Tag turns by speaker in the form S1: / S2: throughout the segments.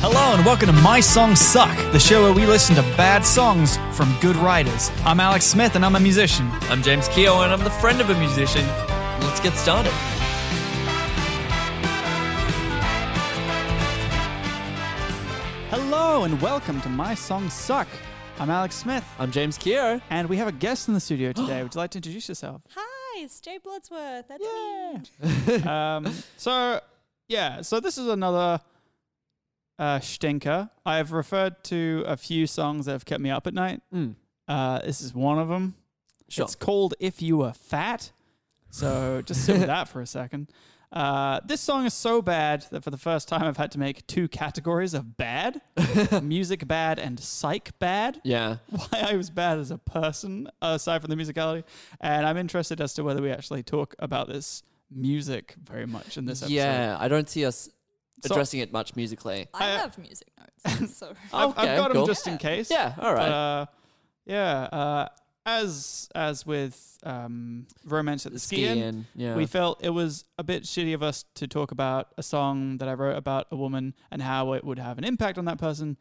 S1: Hello and welcome to My Songs Suck, the show where we listen to bad songs from good writers. I'm Alex Smith and I'm a musician.
S2: I'm James Keogh, and I'm the friend of a musician. Let's get started.
S1: Hello and welcome to My Songs Suck. I'm Alex Smith
S2: I'm James Keogh.
S1: and we have a guest in the studio today. Would you like to introduce yourself?
S3: Hi, it's Jay Bloodsworth. That's me.
S1: um, so, yeah, so this is another uh, stinker. I've referred to a few songs that have kept me up at night. Uh, this is one of them.
S2: Sure.
S1: It's called If You Were Fat. So just sit with that for a second. Uh, this song is so bad that for the first time I've had to make two categories of bad music bad and psych bad.
S2: Yeah.
S1: Why I was bad as a person, aside from the musicality. And I'm interested as to whether we actually talk about this music very much in this episode.
S2: Yeah, I don't see us
S1: So-
S2: addressing it much musically.
S3: I
S1: I-
S3: have music notes. So
S1: I've,
S2: Okay,
S1: I've got
S2: cool.
S1: them just in case.
S2: Yeah, all
S1: But,
S2: right.
S1: uh, yeah. Uh, as as with um, romance at the ski inn,
S2: Skiing, yeah.
S1: we felt it was a bit shitty of us to talk about a song that I wrote about a woman and how it would have an impact on that person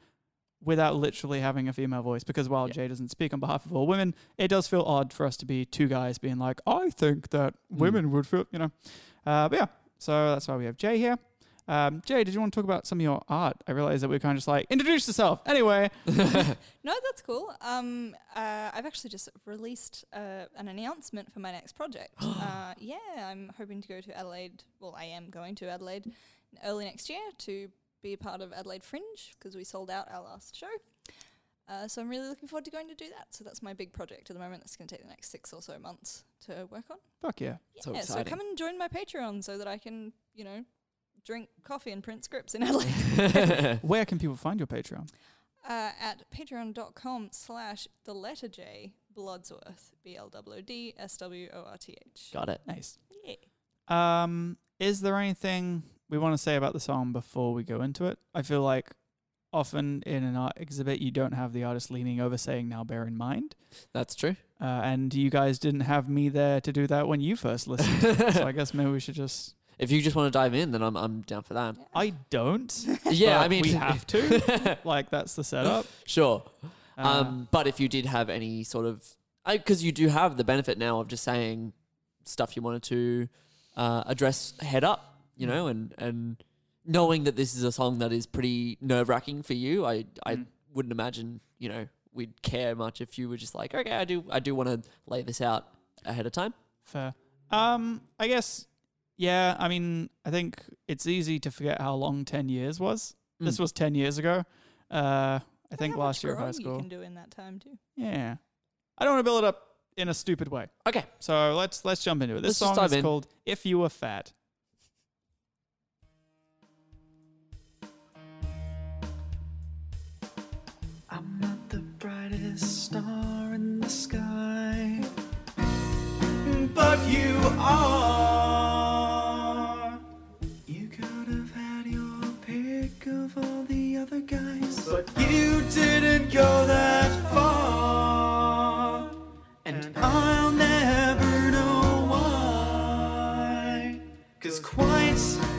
S1: without literally having a female voice. Because while Jay doesn't speak on behalf of all women, it does feel odd for us to be two guys being like, I think that women would feel, you know. Uh, but yeah, so that's why we have Jay here. Um, Jay, did you want to talk about some of your art? I realized that we were kind of just like, introduce yourself. Anyway,
S3: no, that's cool. Um, uh, I've actually just released uh, an announcement for my next project. uh, yeah, I'm hoping to go to Adelaide. Well, I am going to Adelaide early next year to be a part of Adelaide Fringe because we sold out our last show. Uh, so I'm really looking forward to going to do that. So that's my big project at the moment. That's going to take the next six or so months to work on.
S1: fuck yeah.
S2: So
S3: yeah, so
S2: exciting.
S3: come and join my Patreon so that I can, you know, drink coffee and print scripts in Adelaide.
S1: Where can people find your Patreon?
S3: uh, at patreon.com slash the letter J Bloodsworth, B L O D S W O R T H.
S2: got it.
S1: Nice.
S3: Yeah.
S1: Um, is there anything we want to say about the song before we go into it? I feel like often in an art exhibit, you don't have the artist leaning over saying, now bear in mind.
S2: That's true.
S1: Uh, and you guys didn't have me there to do that when you first listened. so I guess maybe we should just.
S2: If you just want to dive in, then I'm I'm down for that.
S1: I don't.
S2: Yeah,
S1: but
S2: I mean,
S1: we have to. like, that's the setup.
S2: sure. Um,
S1: Um,
S2: but if you did have any sort of, because you do have the benefit now of just saying stuff you wanted to uh, address head up, you know, and and knowing that this is a song that is pretty nerve wracking for you, I I wouldn't imagine you know we'd care much if you were just like, okay, I do I do want to lay this out ahead of time.
S1: Fair. Um, I guess, yeah, I mean, I think it's easy to forget how long 10 years was. This was 10 years ago. Uh, I think
S3: Mm. How much
S1: last year of high
S3: growing
S1: school.
S3: You can do in that time too.
S1: Yeah. I don't want to build it up in a stupid way.
S2: Okay,
S1: So let's let's jump into it. This song
S2: Let's just dive
S1: is
S2: in.
S1: called If You Were Fat.
S4: I'm not the brightest star in the sky, but you are. You could have had your pick of all the other guys, but you didn't go that far, and I'll never know why. Cause quite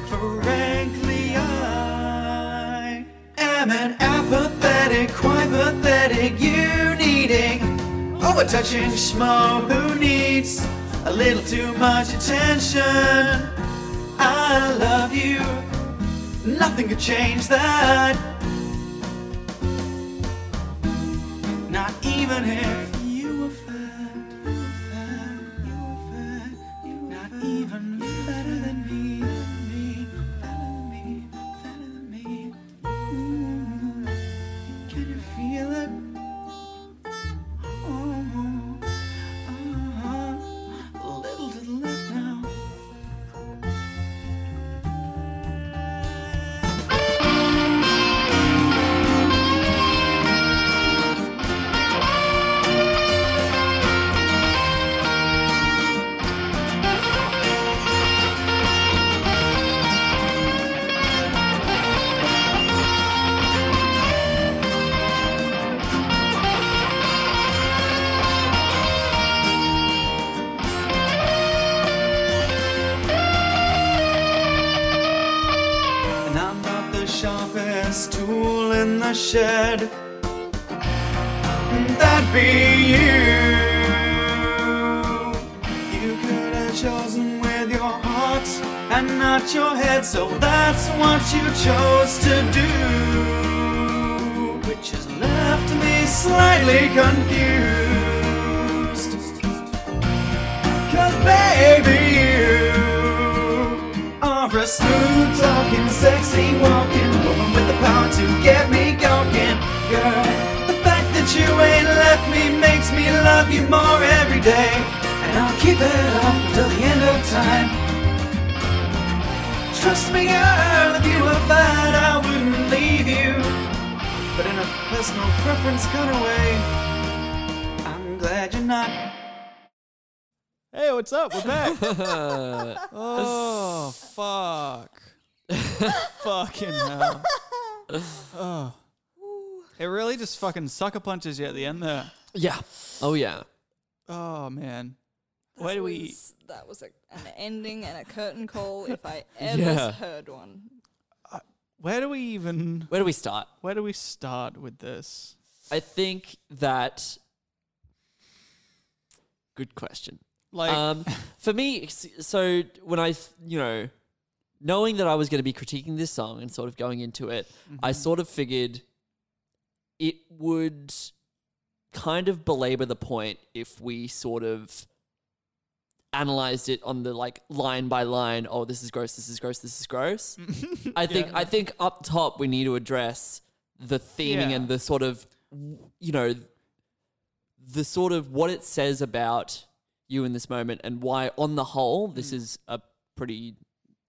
S4: frankly, I am an apathetic, quite pathetic, you needing, oh, a touching schmo who needs a little too much attention. I love you, nothing could change that. Not even if you were fat, you were fat, you were fat, you were not even fatter than me, me, fatter than me, fatter than me. Mm. Can you feel it? Oh, oh, oh. Uh-huh. Little to the left now, shed. That'd be you. You could have chosen with your heart and not your head, so that's what you chose to do. Which has left me slightly confused. Cause baby, you are a smooth talking, sexy walking woman with the power to get me going. Girl, the fact that you ain't left me makes me love you more every day. And I'll keep it up till the end of time. Trust me, girl, if you were fine, I wouldn't leave you. But in a personal preference kind of way, I'm glad you're not.
S1: Hey, what's up? We're back.
S2: Uh,
S1: oh fuck. Fucking hell. Oh. It really just fucking sucker punches you at the end there.
S2: yeah. Oh yeah.
S1: Oh man.
S3: That
S1: Why do we
S3: was, That was a, an ending and a curtain call if I ever
S2: Yeah.
S3: heard one.
S1: where do we even
S2: Where do we start?
S1: where do we start with this?
S2: I think that. Good question.
S1: Like
S2: um, for me, s- so when I, th- you know, knowing that I was going to be critiquing this song and sort of going into it, I sort of figured it would kind of belabor the point if we sort of analyzed it on the like line by line. Oh, this is gross. This is gross. This is gross. I think. I think up top we need to address the theming
S1: Yeah.
S2: and the sort of, you know, the sort of what it says about you in this moment and why, on the whole, this is a pretty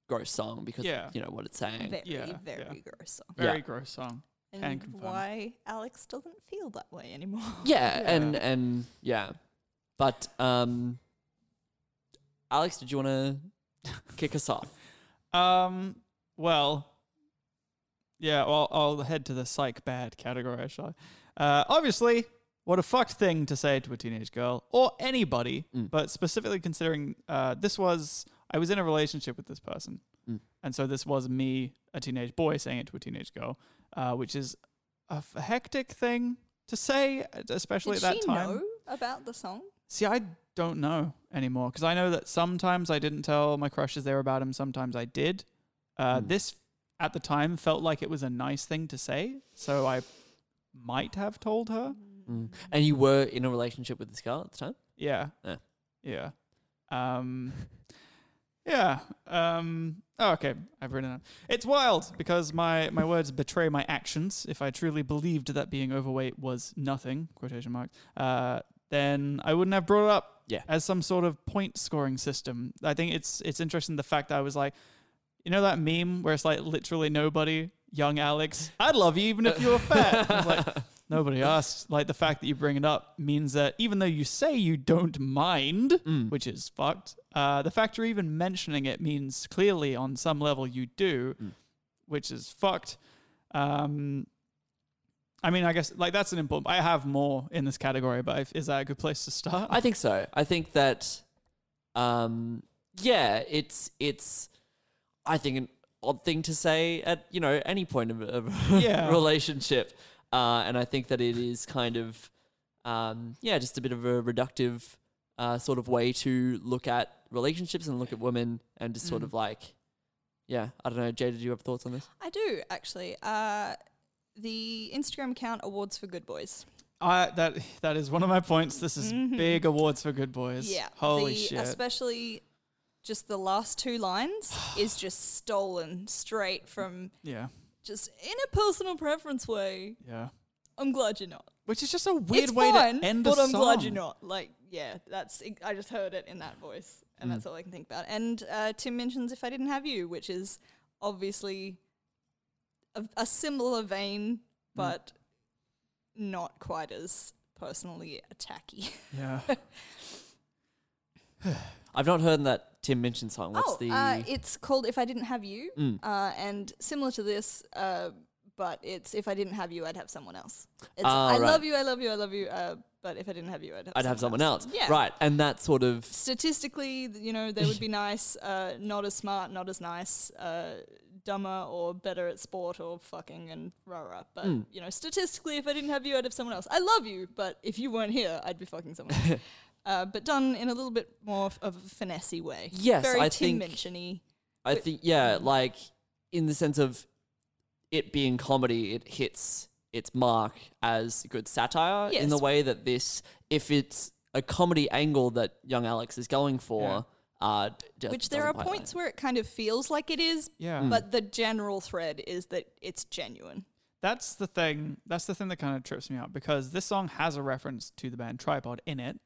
S2: gross song because
S1: Mm. Yeah.
S2: you know what it's saying.
S3: Very,
S1: Yeah,
S3: very
S1: yeah.
S3: gross song.
S1: very
S2: yeah.
S1: gross song.
S3: And
S1: Can confirm.
S3: why Alex doesn't feel that way anymore.
S2: yeah, and
S1: Yeah.
S2: and yeah, but um, Alex, did you want to kick us off?
S1: Um well Yeah, well I'll head to the psych bad category, shall I? Uh obviously what a fucked thing to say to a teenage girl or anybody, but specifically considering uh, this was, I was in a relationship with this person. And so this was me, a teenage boy, saying it to a teenage girl, uh, which is a f- hectic thing to say, especially
S3: Did
S1: at
S3: she
S1: that time.
S3: know about the song?
S1: See, I don't know anymore because I know that sometimes I didn't tell my crushes there about him. Sometimes I did. Uh, This at the time felt like it was a nice thing to say, so I might have told her.
S2: And
S1: Mm.
S2: you were in a relationship with this girl at the time.
S1: Yeah.
S2: Yeah.
S1: Yeah. Um, yeah. Um, oh, okay. I've written it. It's wild because my, my words betray my actions. If I truly believed that being overweight was nothing, quotation marks, uh, then I wouldn't have brought it up
S2: Yeah.
S1: as some sort of point scoring system. I think it's it's interesting the fact that I was like, you know that meme where it's like literally nobody, young Alex, I'd love you even if you were fat. I was like, nobody asked. Like the fact that you bring it up means that even though you say you don't mind, which is fucked, uh, the fact you're even mentioning it means clearly on some level you do, which is fucked. Um, I mean, I guess like that's an important. I have more in this category, but if, is that a good place to start?
S2: I think so. I think that, um, yeah, it's it's, I think an odd thing to say at you know any point of, of
S1: Yeah.
S2: relationship, uh, and I think that it is kind of, um, yeah, just a bit of a reductive uh, sort of way to look at relationships and look at women and just
S3: Mm.
S2: sort of like, yeah, I don't know. Jada, do you have thoughts on this?
S3: I do actually. Uh, the Instagram account Awards for Good Boys.
S1: I that that is one of my points. This is big awards for good boys.
S3: Mm-hmm. Yeah.
S1: Holy
S3: the-
S1: shit.
S3: Especially just the last two lines is just stolen straight from
S1: yeah.
S3: just in a personal preference way.
S1: Yeah.
S3: I'm glad you're not.
S1: Which is just a weird
S3: it's
S1: way
S3: fine,
S1: to end a
S3: but I'm
S1: song.
S3: glad you're not. Like, yeah, that's I just heard it in that voice, and
S1: Mm.
S3: that's all I can think about. And uh, Tim mentions "If I Didn't Have You," which is obviously a, a similar
S1: Mm.
S3: vein, but not quite as personally attacky.
S1: Yeah.
S2: I've not heard that Tim mentioned song. What's
S3: oh,
S2: the? Mm.
S3: uh, it's called "If I Didn't Have You," uh, and similar to this, uh, but it's "If I Didn't Have You, I'd Have Someone Else." It's
S2: Ah,
S3: "I
S2: right.
S3: love you, I love you, I love you," uh, but if I didn't have you, I'd have
S2: I'd have someone else.
S3: Yeah.
S2: Right. And that sort of
S3: statistically, th- you know, they would be nice, uh, not as smart, not as nice, uh, dumber or better at sport or fucking and rah rah. But
S2: Mm.
S3: you know, statistically, if I didn't have you, I'd have someone else. I love you, but if you weren't here, I'd be fucking someone. else. Uh, but done in a little bit more f- of a finessey way.
S2: Yes,
S3: very
S2: I think-
S3: Tim Minchin-y.
S2: I
S3: But- mm.
S2: think yeah, like in the sense of it being comedy, it hits its mark as good satire in the
S3: Yes.
S2: way that this, if it's a comedy angle that young Alex is going for, uh, just
S3: Which there are
S2: doesn't quite
S3: points
S2: land.
S3: where it kind of feels like it is,
S1: Yeah.
S3: but the general thread is that it's genuine.
S1: That's the thing. That's the thing that kind of trips me out because this song has a reference to the band Tripod in it.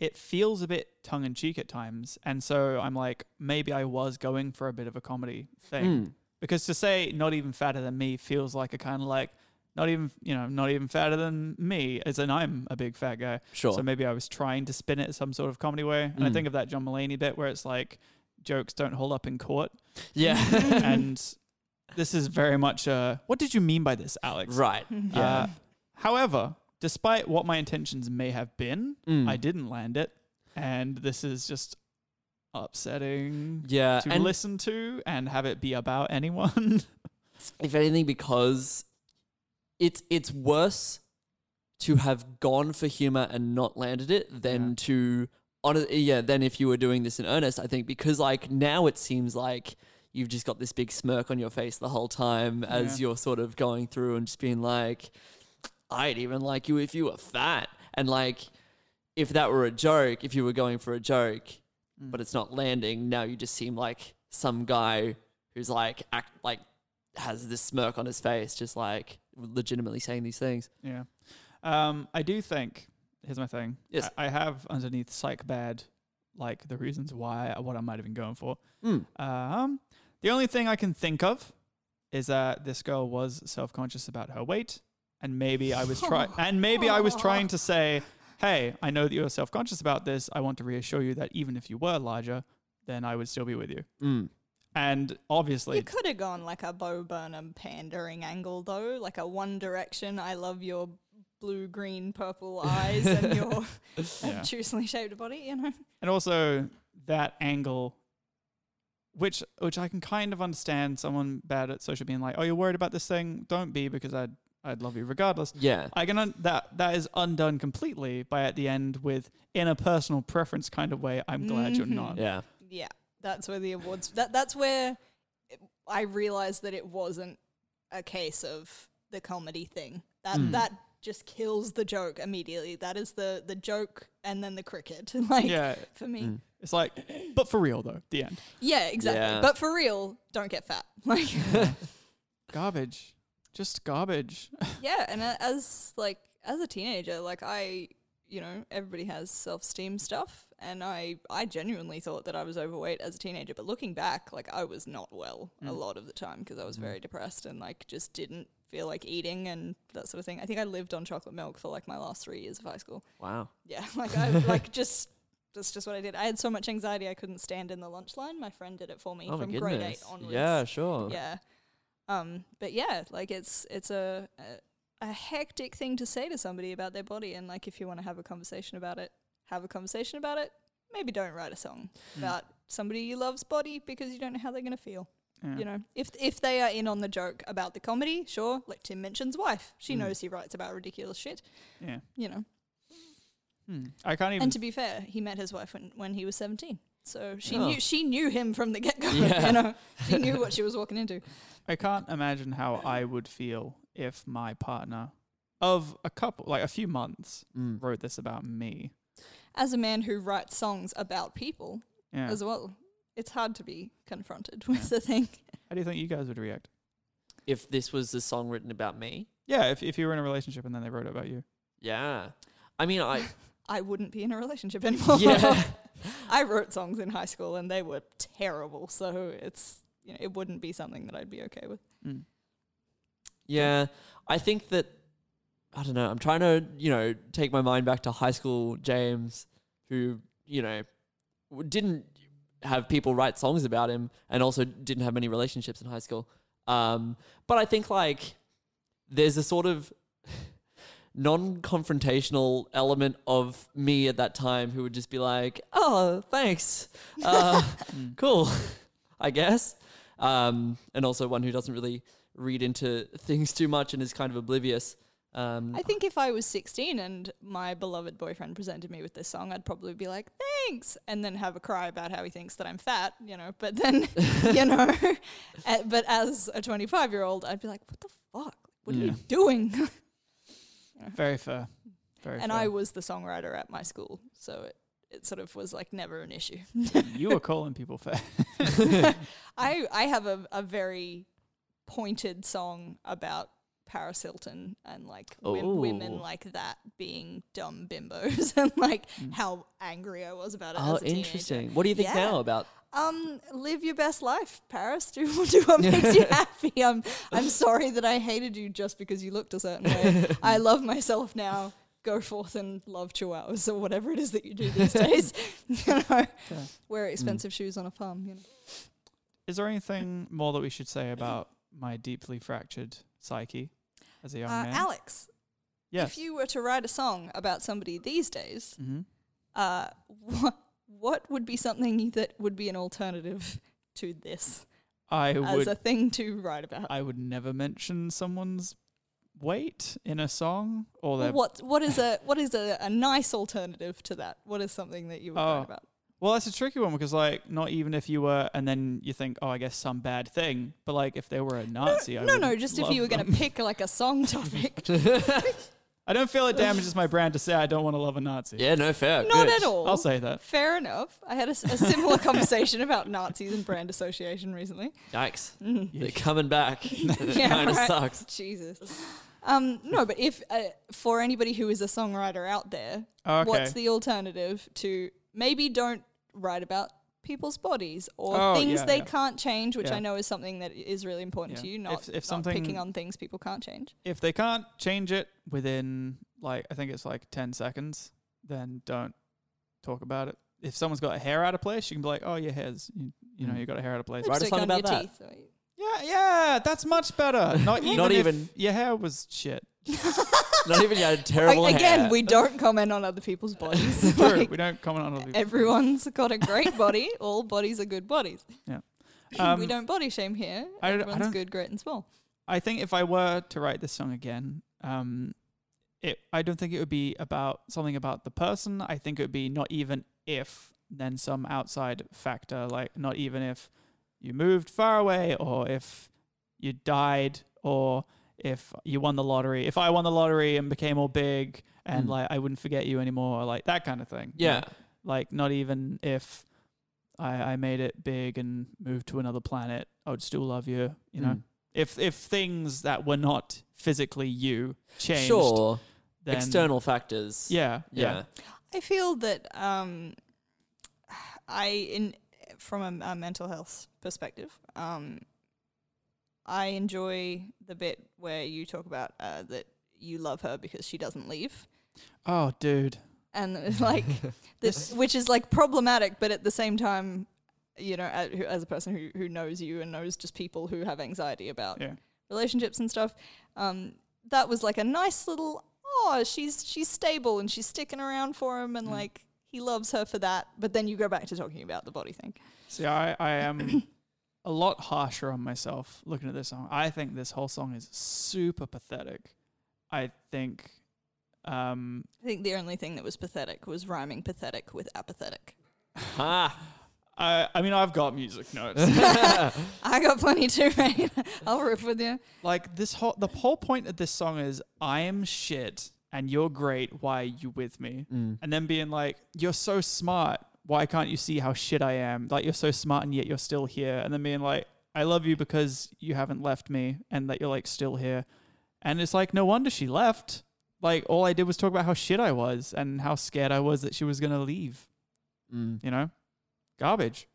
S1: It feels a bit tongue in cheek at times, and so I'm like, maybe I was going for a bit of a comedy thing because to say not even fatter than me feels like a kind of like not even you know not even fatter than me as in I'm a big fat guy.
S2: Sure.
S1: So maybe I was trying to spin it some sort of comedy way, and I
S2: Mm.
S1: think of that John Mulaney bit where it's like jokes don't hold up in court
S2: yeah,
S1: and this is very much a what did you mean by this, Alex?
S2: right,
S1: Uh, however, despite what my intentions may have been,
S2: Mm.
S1: I didn't land it, and this is just upsetting
S2: yeah,
S1: to
S2: and
S1: listen to and have it be about anyone.
S2: if anything, because it's it's worse to have gone for humor and not landed it than
S1: Yeah.
S2: to honest, yeah, than if you were doing this in earnest. I think because like now it seems like you've just got this big smirk on your face the whole time as you're sort of going through and just being like, I'd even like you if you were fat, and like if that were a joke, if you were going for a joke, but it's not landing. Now you just seem like some guy who's like act like has this smirk on his face, just like legitimately saying these things.
S1: yeah, um, I do think. Here's my thing.
S2: Yes.
S1: I, I have underneath psych bad, like the reasons why uh, what I might have been going for. Um, the only thing I can think of is that this girl was self-conscious about her weight, and maybe I was trying, and maybe I was trying to say, "Hey, I know that you're self-conscious about this. I want to reassure you that even if you were larger, then I would still be with you."
S2: Mm.
S1: And obviously,
S3: You could have gone like a Bo Burnham pandering angle, though, like a One Direction. I love your blue, green, purple eyes and your
S1: Yeah.
S3: obtusely shaped body. You know,
S1: and also that angle which which I can kind of understand someone bad at social being like, "Oh, you're worried about this thing? Don't be because I'd I'd love you regardless."
S2: Yeah.
S1: I can un- that that is undone completely by at the end with in a personal preference kind of way. I'm glad you're
S3: Mm-hmm.
S1: not.
S2: Yeah.
S3: yeah, that's where the awards. That that's where it- I realized that it wasn't a case of the comedy thing. That
S1: Mm.
S3: that just kills the joke immediately. That is the the joke, and then the cricket. Like
S1: Yeah. Mm.
S3: for me,
S1: It's like, but for real though, the end.
S3: yeah, exactly.
S2: Yeah.
S3: But for real, don't get fat. Like.
S1: Garbage, just garbage.
S3: yeah and a- as like as a teenager like i you know everybody has self-esteem stuff and i i genuinely thought that i was overweight as a teenager but looking back like i was not well a
S2: Mm.
S3: lot of the time because i was very depressed and like just didn't feel like eating and that sort of thing i think i lived on chocolate milk for like my last three years of high school
S2: Wow.
S3: yeah like i like just that's just what i did i had so much anxiety i couldn't stand in the lunch line my friend did it for me
S2: Oh
S3: from
S2: my
S3: grade eight
S2: goodness.
S3: onwards
S2: Yeah. Sure.
S3: yeah um but yeah like it's it's a, a a hectic thing to say to somebody about their body and like if you want to have a conversation about it have a conversation about it maybe don't write a song about somebody you love's body because you don't know how they're going to feel
S1: Yeah.
S3: you know if if they are in on the joke about the comedy sure like tim mentions wife she knows he writes about ridiculous shit
S1: Yeah,
S3: you know
S1: hmm. I can't even.
S3: and to be fair he met his wife when, when he was 17 so she
S2: Oh.
S3: knew she knew him from the get-go
S2: Yeah.
S3: you know she knew what she was walking into
S1: I can't imagine how I would feel if my partner of a couple, like a few months,
S2: Mm.
S1: wrote this about me.
S3: as a man who writes songs about people
S1: Yeah.
S3: as well, it's hard to be confronted with the thing.
S1: How do you think you guys would react?
S2: If this was a song written about me,
S1: Yeah, if if you were in a relationship and then they wrote it about you.
S2: yeah. I mean, I
S3: I wouldn't be in a relationship anymore.
S2: yeah.
S3: I wrote songs in high school and they were terrible, so it's you know, it wouldn't be something that I'd be okay with.
S1: Mm.
S2: Yeah, I think that I don't know. I'm trying to you know take my mind back to high school James, who you know w- didn't have people write songs about him, and also didn't have many relationships in high school. Um, but I think like there's a sort of non-confrontational element of me at that time who would Mm. just be like, "Oh, thanks, uh, cool, I guess." um, and also one who doesn't really read into things too much and is kind of oblivious. Um,
S3: I think if I was 16 and my beloved boyfriend presented me with this song, I'd probably be like, thanks, and then have a cry about how he thinks that I'm fat, you know. But then, you know, a- but as a 25 year old, I'd be like, what the fuck? What are
S1: Yeah.
S3: you doing?
S1: Very fair. Very
S3: and
S1: fair.
S3: I was the songwriter at my school, so it, it sort of was like never an issue.
S1: you were calling people fat.
S3: I I have a, a very pointed song about Paris Hilton and like
S2: Oh.
S3: w- women like that being dumb bimbos and like how angry I was about it.
S2: Hmm. oh,
S3: as a teenager.
S2: interesting. What do you think
S3: Yeah.
S2: now about?
S3: Um, live your best life, Paris. Do do what makes you happy. I'm I'm sorry that I hated you just because you looked a certain way. I love myself now. Go forth and love chihuahuas or whatever it is that you do these days. you know, wear expensive shoes on a farm. You know.
S1: Is there anything more that we should say about my deeply fractured psyche as a young
S3: Uh,
S1: man?
S3: Alex,
S1: yes.
S3: if you were to write a song about somebody these days,
S1: hmm
S3: uh, what what would be something that would be an alternative to this
S1: I
S3: as
S1: would.
S3: a thing to write about?
S1: I would never mention someone's weight in a song or their.
S3: what what is a what is a, a nice alternative to that? What is something that you would
S1: Oh.
S3: write about?
S1: Well, that's a tricky one because, like, not even if you were, and then you think, oh, I guess some bad thing. But like, if they were a Nazi, I
S3: no, no,
S1: wouldn't
S3: just if you were
S1: love
S3: going
S1: them.
S3: to pick like a song topic.
S1: I don't feel it damages my brand to say I don't want to love a Nazi.
S2: Yeah, no fair.
S3: Not
S2: good.
S3: at all.
S1: I'll say that.
S3: Fair enough. I had a, s- a similar conversation about Nazis and brand association recently.
S2: Yikes, they're coming back.
S3: Mm-hmm. yeah,
S2: kind of
S3: right.
S2: sucks.
S3: Jesus. Um, no, but if uh, for anybody who is a songwriter out there,
S1: Okay.
S3: what's the alternative to maybe don't write about people's bodies or
S1: Oh,
S3: things
S1: yeah,
S3: they
S1: yeah.
S3: can't change, which
S1: Yeah.
S3: I know is something that is really important
S1: Yeah.
S3: to you.
S1: If-
S3: Not,
S1: if
S3: not
S1: something-
S3: picking on things people can't change.
S1: If they can't change it within, like, I think it's like 10 seconds, then don't talk about it. If someone's got a hair out of place, you can be like, oh, your hair's, you, you know, you got a hair out of place.
S2: Write a
S3: Lipstick
S2: song
S3: on
S2: about that.
S3: your teeth, or-
S1: Yeah, yeah, that's much better. Not even,
S2: Not
S1: if
S2: even-
S1: your hair was shit.
S2: Not even you had a
S3: Like,
S2: terrible
S3: again,
S2: hair.
S3: we don't comment on other people's bodies.
S1: True,
S3: Like,
S1: we don't comment on other people.
S3: everyone's got a great body. All bodies are good bodies.
S1: Yeah.
S3: we
S1: Um,
S3: don't body shame here.
S1: I don't- I
S3: Everyone's
S1: don't-
S3: good, great, and small.
S1: I think if I were to write this song again, um, it I don't think it would be about something about the person. I think it would be not even if then some outside factor, like not even if you moved far away or if you died or if you won the lottery. If I won the lottery and became all big and
S2: Mm.
S1: like I wouldn't forget you anymore, like that kind of thing. you know?
S2: yeah,
S1: Like not even if I, I made it big and moved to another planet, I would still love you. You know,
S2: Mm.
S1: if if things that were not physically you changed,
S2: sure.
S1: then
S2: External factors.
S1: yeah, yeah,
S2: yeah.
S3: I feel that um, I in from a, a mental health perspective, um, I enjoy the bit where you talk about uh, that you love her because she doesn't leave,
S1: Oh, dude,
S3: and it's like this, which is like problematic, but at the same time, you know, a- who- as a person who who knows you and knows just people who have anxiety about
S1: yeah,
S3: relationships and stuff. Um, that was like a nice little oh, she's she's stable and she's sticking around for him and like he loves her for that. But then you go back to talking about the body thing.
S1: See, I, I am a lot harsher on myself looking at this song. I think this whole song is super pathetic. I think, um,
S3: I think the only thing that was pathetic was rhyming pathetic with apathetic.
S2: Ah,
S1: I, I mean, I've got music notes.
S3: I got plenty too, mate. I'll riff with you.
S1: Like this whole the whole point of this song is I am shit and you're great. Why are you with me? And then being like, you're so smart. Why can't you see how shit I am? Like you're so smart and yet you're still here. And then being like, I love you because you haven't left me and that you're like still here. And it's like no wonder she left. Like all I did was talk about how shit I was and how scared I was that she was gonna leave.
S2: Mm.
S1: You know, garbage.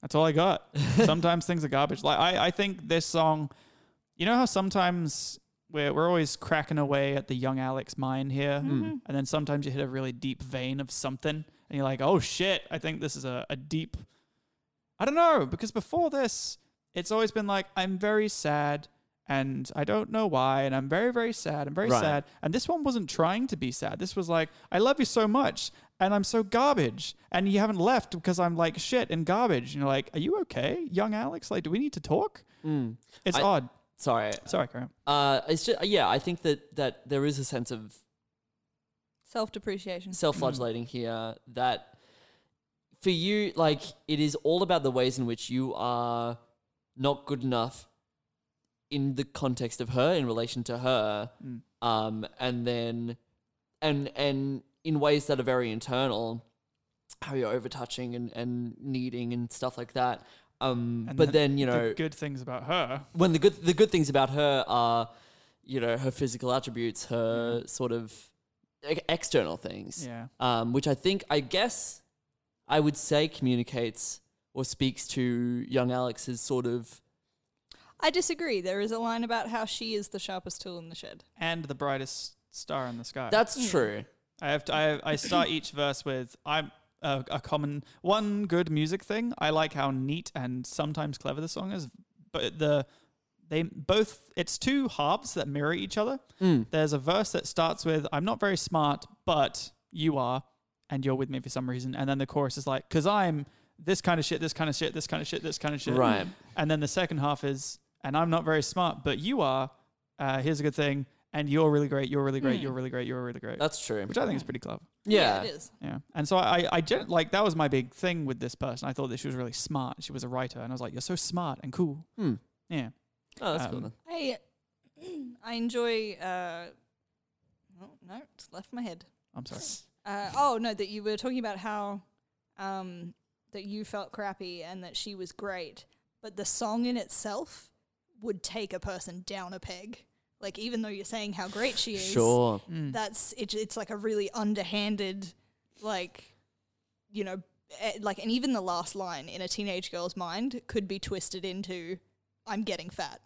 S1: That's all I got sometimes things are garbage. Like I, I think this song, you know how sometimes we're we're always cracking away at the young Alex mind here,
S2: Mm-hmm.
S1: and then sometimes you hit a really deep vein of something, and you're like, oh shit, I think this is a, a deep. I don't know because before this, it's always been like I'm very sad. And I don't know why, and I'm very, very sad. I'm very
S2: Right.
S1: sad. And this one wasn't trying to be sad. This was like, I love you so much, and I'm so garbage. And you haven't left because I'm like shit and garbage. And you're like, are you okay, young Alex? Like, do we need to talk? It's
S2: Mm. I-
S1: odd.
S2: Sorry.
S1: Sorry, Graham.
S2: Uh, it's just, yeah, I think that, that there is a sense of
S3: Self depreciation.
S1: Mm.
S2: self-flagellating here that for you like it is all about the ways in which you are not good enough in the context of her in relation to her
S1: Mm.
S2: um and then and and in ways that are very internal how you're overtouching and and needing and stuff like that um
S1: And
S2: but then you
S1: the
S2: know
S1: good things about her.
S2: when the good the good things about her are, you know, her physical attributes, her sort of e- external things,
S1: Mm. Yeah.
S2: um, which I think I guess I would say communicates or speaks to young Alex's sort of
S3: I disagree. There is a line about how she is the sharpest tool in the shed.
S1: And the brightest star in the sky.
S2: that's true.
S1: I have to, I, I start each verse with I'm a, a common one good music thing. I like how neat and sometimes clever the song is, but the they both it's two halves that mirror each other. There's a verse that starts with I'm not very smart, but you are, and you're with me for some reason, and then the chorus is like because I'm this kind of shit, this kind of shit, this kind of shit, this kind of shit,
S2: Right.
S1: And then the second half is and I'm not very smart, but you are. Uh, here's a good thing. And you're really great. You're really great. You're really great. You're really great
S2: That's true.
S1: which I think is pretty clever.
S2: yeah,
S3: it is.
S1: Yeah, and so I, I gen- like that was my big thing with this person. I thought that she was really smart. She was a writer, and I was like, "You're so smart and cool."
S2: Hmm.
S1: Yeah,
S2: Oh, that's
S1: Um,
S2: cool. then.
S3: I I enjoy. Uh, oh no, it's left my head.
S1: I'm sorry.
S3: Uh, oh no, that you were talking about how um, that you felt crappy and that she was great, but the song in itself would take a person down a peg. Like even though you're saying how great she is,
S2: Sure.
S3: Mm. that's it, it's like a really underhanded, like you know, eh, like and even the last line in a teenage girl's mind could be twisted into, "I'm getting fat,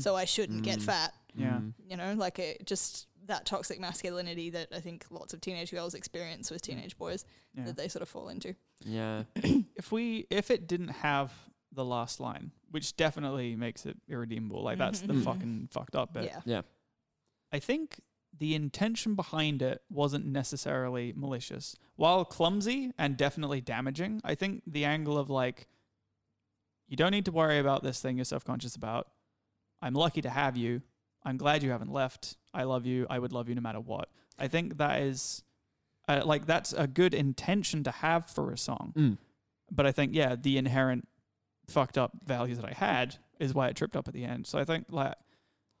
S3: so I shouldn't get fat."
S1: Yeah,
S3: you know, like it just that toxic masculinity that I think lots of teenage girls experience with teenage boys
S1: Yeah.
S3: that they sort of fall into.
S2: Yeah.
S1: if we if it didn't have the last line, which definitely makes it irredeemable, like that's the
S3: Mhm.
S1: fucking fucked up bit.
S3: yeah.
S2: Yeah.
S1: I think the intention behind it wasn't necessarily malicious. While clumsy and definitely damaging, I think the angle of like, you don't need to worry about this thing you're self conscious about. I'm lucky to have you. I'm glad you haven't left. I love you. I would love you no matter what. I think that is uh, like, that's a good intention to have for a song.
S2: Mm.
S1: But I think, yeah, the inherent fucked up values that I had is why it tripped up at the end. So I think, like,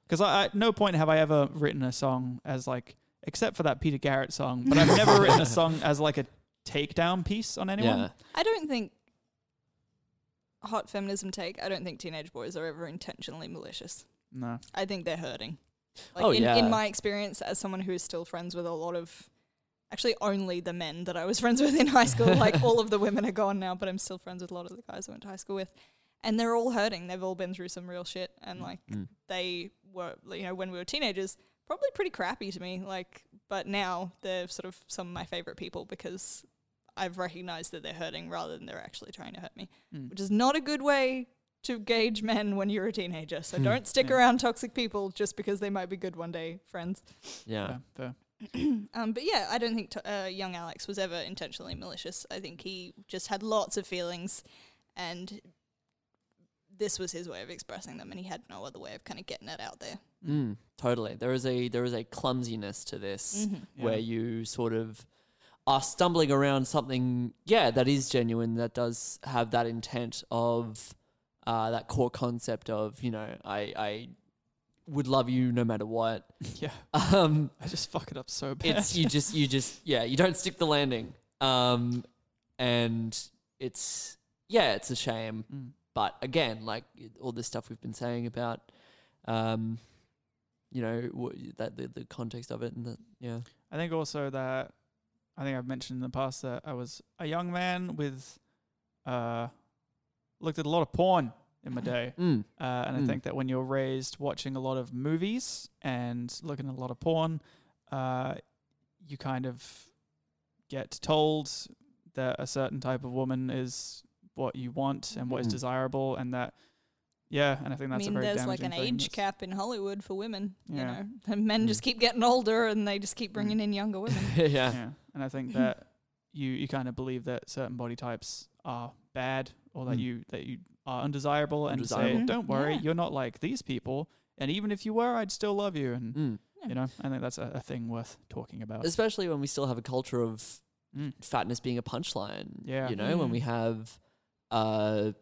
S1: because I, at no point have I ever written a song as like, except for that Peter Garrett song, but I've never written a song as like a takedown piece on anyone.
S2: Yeah.
S3: I don't think hot feminism take, I don't think teenage boys are ever intentionally malicious.
S1: No.
S3: I think they're hurting. Like
S2: Oh,
S3: in,
S2: yeah.
S3: in my experience as someone who is still friends with a lot of actually only the men that I was friends with in high school, like all of the women are gone now, but I'm still friends with a lot of the guys I went to high school with. And they're all hurting. They've all been through some real shit and like
S2: Mm.
S3: they were you know, when we were teenagers, probably pretty crappy to me, like but now they're sort of some of my favourite people because I've recognized that they're hurting rather than they're actually trying to hurt me,
S1: Mm.
S3: which is not a good way to gauge men when you're a teenager. So
S2: Hmm.
S3: don't stick
S1: Yeah.
S3: around toxic people just because they might be good one day, friends.
S2: Yeah.
S1: Fair, fair.
S3: Um, but yeah, I don't think to, uh, young Alex was ever intentionally malicious. I think he just had lots of feelings, and this was his way of expressing them, and he had no other way of kind of getting it out there.
S2: Mm, totally. There is a there is a clumsiness to this where you sort of are stumbling around something, yeah, that is genuine, that does have that intent of uh, that core concept of, you know, I, I would love you no matter what.
S1: Yeah.
S2: Um,
S1: I just fuck it up so bad.
S2: it's you just you just yeah, you don't stick the landing. Um, and it's yeah, it's a shame.
S1: Mm.
S2: But again, like all this stuff we've been saying about, um, you know, w- that the, the context of it and that, yeah,
S1: I think also that I think I've mentioned in the past that I was a young man with uh looked at a lot of porn in my day.
S2: mm,
S1: Uh, and I
S2: Mm.
S1: think that when you're raised watching a lot of movies and looking at a lot of porn, uh, you kind of get told that a certain type of woman is what you want and what is
S2: Mm.
S1: desirable, and that yeah. And I think
S3: I
S1: that's
S3: mean,
S1: a very
S3: there's like
S1: damaging
S3: an
S1: thing
S3: age
S1: that's-
S3: cap in Hollywood for women. You
S1: Yeah. Hmm.
S3: know, and men just keep getting older, and they just keep bringing in younger women.
S2: yeah,
S1: Yeah, and I think that you you kind of believe that certain body types are bad or that
S2: Mm.
S1: you that you are undesirable, and say,
S2: Undesirable.
S1: don't worry,
S3: Mm-hmm. Yeah.
S1: you're not like these people. And even if you were, I'd still love you. And
S2: Mm.
S1: you know, I think that's a, a thing worth talking about.
S2: Especially when we still have a culture of
S1: Mm.
S2: fatness being a punchline.
S1: Yeah.
S2: You know, when
S3: Mm.
S2: we have, uh,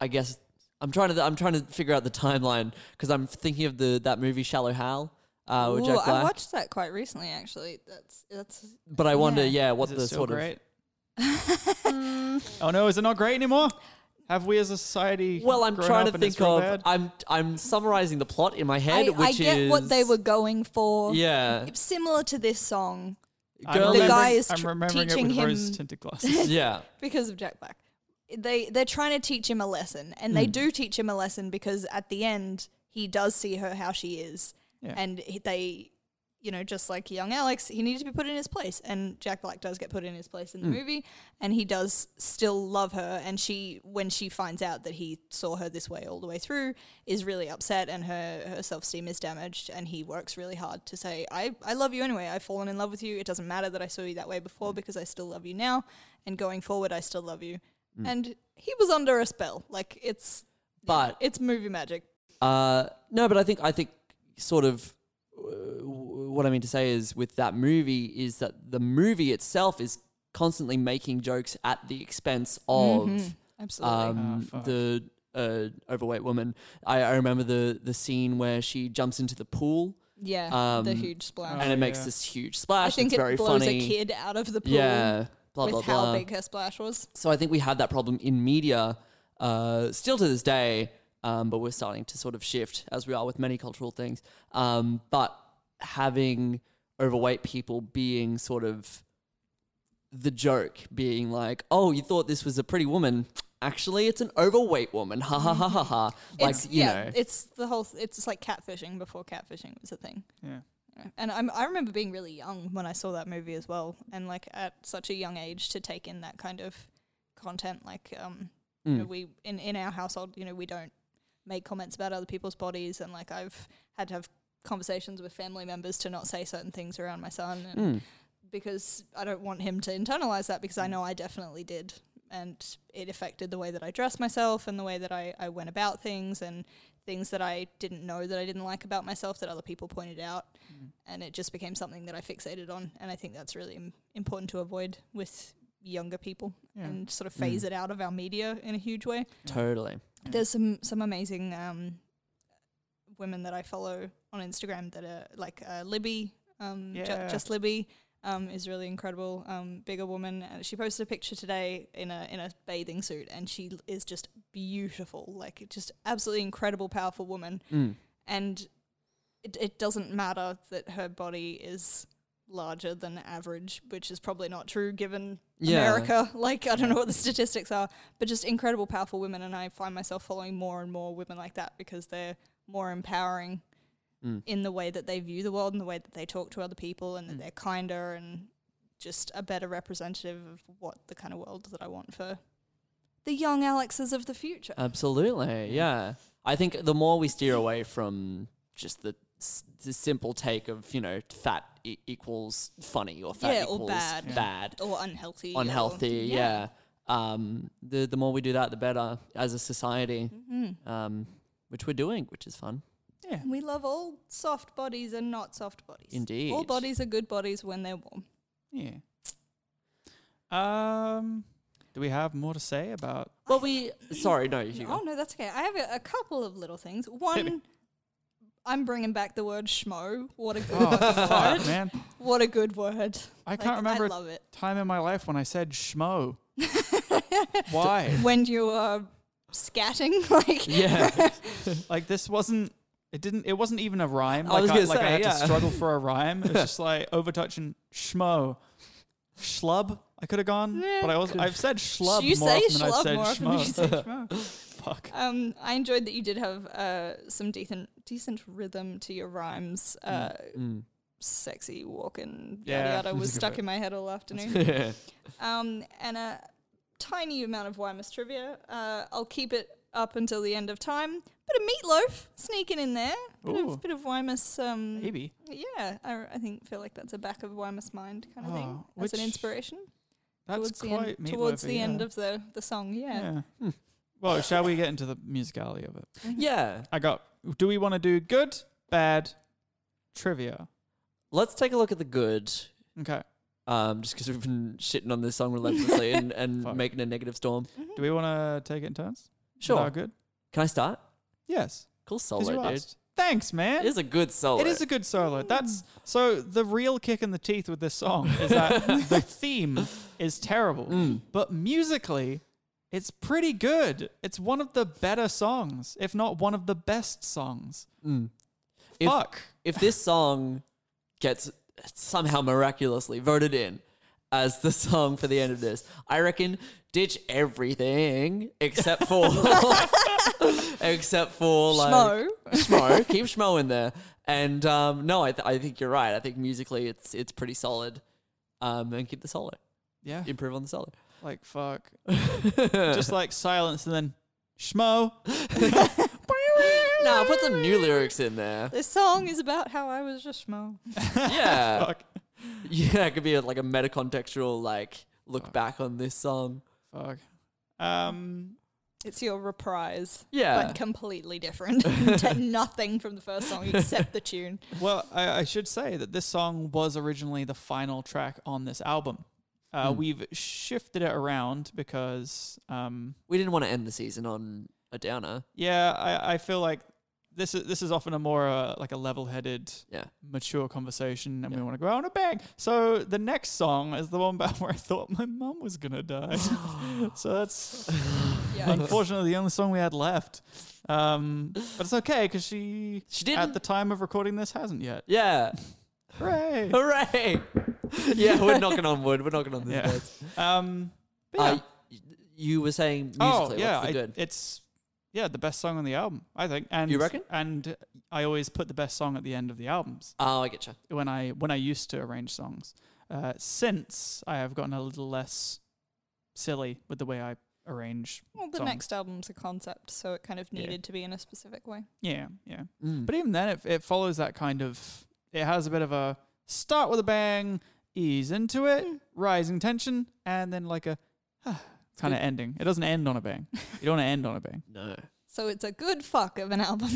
S2: I guess I'm trying to I'm trying to figure out the timeline because I'm thinking of the that movie Shallow Hal. Uh, with
S3: Ooh,
S2: Jack
S3: I
S2: Black,
S3: watched that quite recently, actually. That's that's.
S2: but I wonder,
S3: yeah.
S2: yeah, what
S1: Is it
S2: the
S1: still
S2: sort of
S1: great? Oh no, is it not great anymore? Have we as a society?
S2: Well, I'm
S1: grown
S2: trying
S1: up
S2: to
S1: and it's
S2: think
S1: real
S2: of.
S1: bad?
S2: I'm I'm summarizing the plot in my head,
S3: I,
S2: which
S3: I get
S2: is
S3: what they were going for.
S2: Yeah,
S3: It's similar to this song
S1: I'm
S2: girl
S3: the
S1: remembering-
S2: and-
S3: guy is
S1: I'm
S3: tr-
S1: remembering it
S3: teaching
S1: with
S3: him-
S1: rose tinted glasses.
S2: yeah,
S3: because of Jack Black. They they're trying to teach him a lesson, and they do teach him a lesson because at the end he does see her how she is,
S1: Yeah.
S3: and he, they, you know, just like young Alex, he needed to be put in his place, and Jack Black does get put in his place in
S2: Mm.
S3: the movie, and he does still love her, and she when she finds out that he saw her this way all the way through is really upset, and her her self esteem is damaged, and he works really hard to say I I love you anyway, I've fallen in love with you, it doesn't matter that I saw you that way before
S2: Mm.
S3: because I still love you now, and going forward I still love you,
S2: Mm.
S3: and he was under a spell, like it's
S2: but
S3: it's movie magic.
S2: Uh, no, but I think I think sort of uh, what I mean to say is with that movie is that the movie itself is constantly making jokes at the expense of
S3: Mm-hmm. Absolutely.
S2: um,
S1: Oh, fuck.
S2: the uh, overweight woman. I, I remember the the scene where she jumps into the pool
S3: yeah, the
S2: um,
S3: huge splash.
S2: and
S1: Oh,
S2: it makes
S1: yeah.
S2: this huge
S3: I
S2: splash.
S3: think
S2: it's
S3: it
S2: very
S3: blows
S2: funny.
S3: a kid out of the pool
S2: Yeah, blah
S3: with
S2: blah
S3: how
S2: blah.
S3: big her splash was.
S2: So I think we have that problem in media uh, still to this day, um, but we're starting to sort of shift as we are with many cultural things. Um, but having overweight people being sort of the joke, being like, "Oh, you thought this was a pretty woman." Actually, it's an overweight woman. Ha ha ha ha ha. Like
S3: it's,
S2: you
S3: yeah,
S2: know,
S3: it's the whole. It's just like catfishing before catfishing was a thing.
S1: yeah.
S3: And I'm, I remember being really young when I saw that movie as well, and like at such a young age to take in that kind of content. Like, um, you know,
S2: Mm.
S3: we in in our household, you know, we don't make comments about other people's bodies, and like I've had to have conversations with family members to not say certain things around my son, and
S2: Mm.
S3: because I don't want him to internalize that because I know I definitely did. And it affected the way that I dressed myself and the way that I, I went about things and things that I didn't know that I didn't like about myself that other people pointed out. And it just became something that I fixated on. And I think that's really im- important to avoid with younger people
S1: Yeah.
S3: and sort of phase it out of our media in a huge way.
S2: totally.
S3: There's some some amazing um, women that I follow on Instagram that are like uh, Libby, um, Ju-
S1: Yeah.
S3: just Libby um, is really incredible. Um, bigger woman. Uh, she posted a picture today in a in a bathing suit, and she l- is just beautiful, like just absolutely incredible, powerful woman.
S2: Mm.
S3: And it, it doesn't matter that her body is larger than average, which is probably not true given
S2: Yeah.
S3: America. Like, I don't know what the statistics are, but just incredible, powerful women. And I find myself following more and more women like that because they're more empowering
S2: Mm.
S3: in the way that they view the world and the way that they talk to other people and that they're kinder and just a better representative of what the kind of world that I want for the young Alexes of the future.
S2: Uh, Absolutely, yeah. I think the more we steer away from just the, s- the simple take of you know fat e- equals funny or fat
S3: Yeah, or
S2: equals
S3: bad. Yeah.
S2: bad,
S3: or unhealthy. or-
S2: unhealthy, yeah. Um, the the more we do that, the better as a society,
S3: Mm-hmm.
S2: um, which we're doing, which is fun.
S1: Yeah.
S3: We love all soft bodies and not soft bodies. All
S2: Indeed.
S3: bodies are good bodies when they're warm.
S1: Yeah. Um, do we have more to say about?
S2: Well, we sorry, no, you
S3: Oh
S2: go.
S3: no, that's okay. I have a, a couple of little things. One, I'm bringing back the word schmo. What a good,
S1: Oh fuck, man!
S3: what a good word.
S1: I can't remember
S3: I
S1: a
S3: love it.
S1: time in my life when I said schmo. Why?
S3: When you are scatting, like
S2: yeah,
S1: Like this wasn't. It didn't. It wasn't even a rhyme.
S2: I
S1: Like
S2: was
S1: I,
S2: gonna
S1: like I
S2: say,
S1: had
S2: yeah.
S1: to struggle for a rhyme. It was just like overtouching schmo, schlub. I could have gone, but I also I've said schlub
S3: you
S1: more
S3: say
S1: often than I've
S3: schlub
S1: said
S3: more often than you
S1: schmo.
S3: say schmo.
S1: Fuck.
S3: Um, I enjoyed that you did have uh, some decent decent rhythm to your rhymes. Uh,
S2: Mm.
S3: Sexy walking yada
S1: Yeah.
S3: yada was stuck in my head all afternoon.
S2: yeah.
S3: um, and a tiny amount of Wymus trivia. Uh, I'll keep it up until the end of time. Bit of meatloaf sneaking in there. Bit
S1: Ooh.
S3: of, bit of Wymus. Um,
S1: Maybe.
S3: Yeah, I, I think feel like that's a back of Wymus mind kind of
S1: Oh,
S3: thing. That's an
S1: which-
S3: inspiration.
S1: That's
S3: towards the
S1: quite
S3: end, towards the
S1: meatloafy,
S3: end
S1: yeah.
S3: of Hmm. the, the song. Yeah.
S1: Yeah. Well, shall we get into the musicality of it?
S2: Yeah.
S1: I got. Do we want to do good, bad, trivia?
S2: Let's take a look at the good.
S1: Okay.
S2: Um, just because we've been shitting on this song relentlessly and,
S1: Fuck.
S2: and making a negative storm.
S1: Do we want to take it in turns? Is that
S2: Sure.
S1: good.
S2: Can I start?
S1: Yes.
S2: Cool
S1: 'cause you
S2: solo, dude.
S1: asked. Thanks, man.
S2: It is a good solo.
S1: It is a good solo. That's so the real kick in the teeth with this song is that the theme is terrible, but musically, it's pretty good. It's one of the better songs, if not one of the best songs.
S2: If-
S1: Fuck.
S2: if this song gets somehow miraculously voted in as the song for the end of this, I reckon ditch everything except for except for like
S3: Schmo.
S2: Schmo, keep schmo in there. And um, no, I, th- I think you're right. I think musically it's it's pretty solid. Um, and keep the solo,
S1: Yeah.
S2: improve on the solo.
S1: Like fuck. Just like silence and then schmo.
S2: Nah, put some new lyrics in there.
S3: This song is about how I was just schmo.
S2: Yeah,
S1: Fuck.
S2: yeah, it could be a, like a metacontextual like look back on this song.
S1: Fuck. Um
S3: It's your reprise,
S2: Yeah.
S3: but completely different. Ta- nothing from the first song except the tune.
S1: Well, I, I should say that this song was originally the final track on this album. Uh, We've shifted it around because, um,
S2: we didn't want to end the season on a downer.
S1: yeah, I, I feel like this is this is often a more uh, like a level-headed,
S2: Yeah.
S1: mature conversation, and we want to go out on a bang. So the next song is the one about where I thought my mum was gonna die. so that's
S3: Yeah.
S1: unfortunately the only song we had left. Um, but it's okay because she
S2: She
S1: at
S2: didn't-
S1: the time of recording this hasn't yet.
S2: Yeah. Oh.
S1: Hooray!
S2: Hooray. yeah, we're knocking on wood. We're knocking on this.
S1: Yeah.
S2: Words.
S1: Um, but yeah. Oh,
S2: Uh, y- you were saying musically,
S1: yeah,
S2: what's the
S1: I-
S2: good?
S1: it's yeah the best song on the album, I think. And
S2: You reckon?
S1: And I always put the best song at the end of the albums
S2: oh, I get you.
S1: when I when I used to arrange songs. Uh, since I have gotten a little less silly with the way I arrange.
S3: Well, the
S1: songs.
S3: next album's a concept, so it kind of
S1: Yeah.
S3: needed to be in a specific way.
S1: Yeah, yeah.
S2: Mm,
S1: But even then, it, it follows that kind of. It has a bit of a start with a bang, ease into it, rising tension, and then like a kind of ending. It doesn't end on a bang. you don't want to end on a bang.
S2: No.
S3: So it's a good fuck of an album.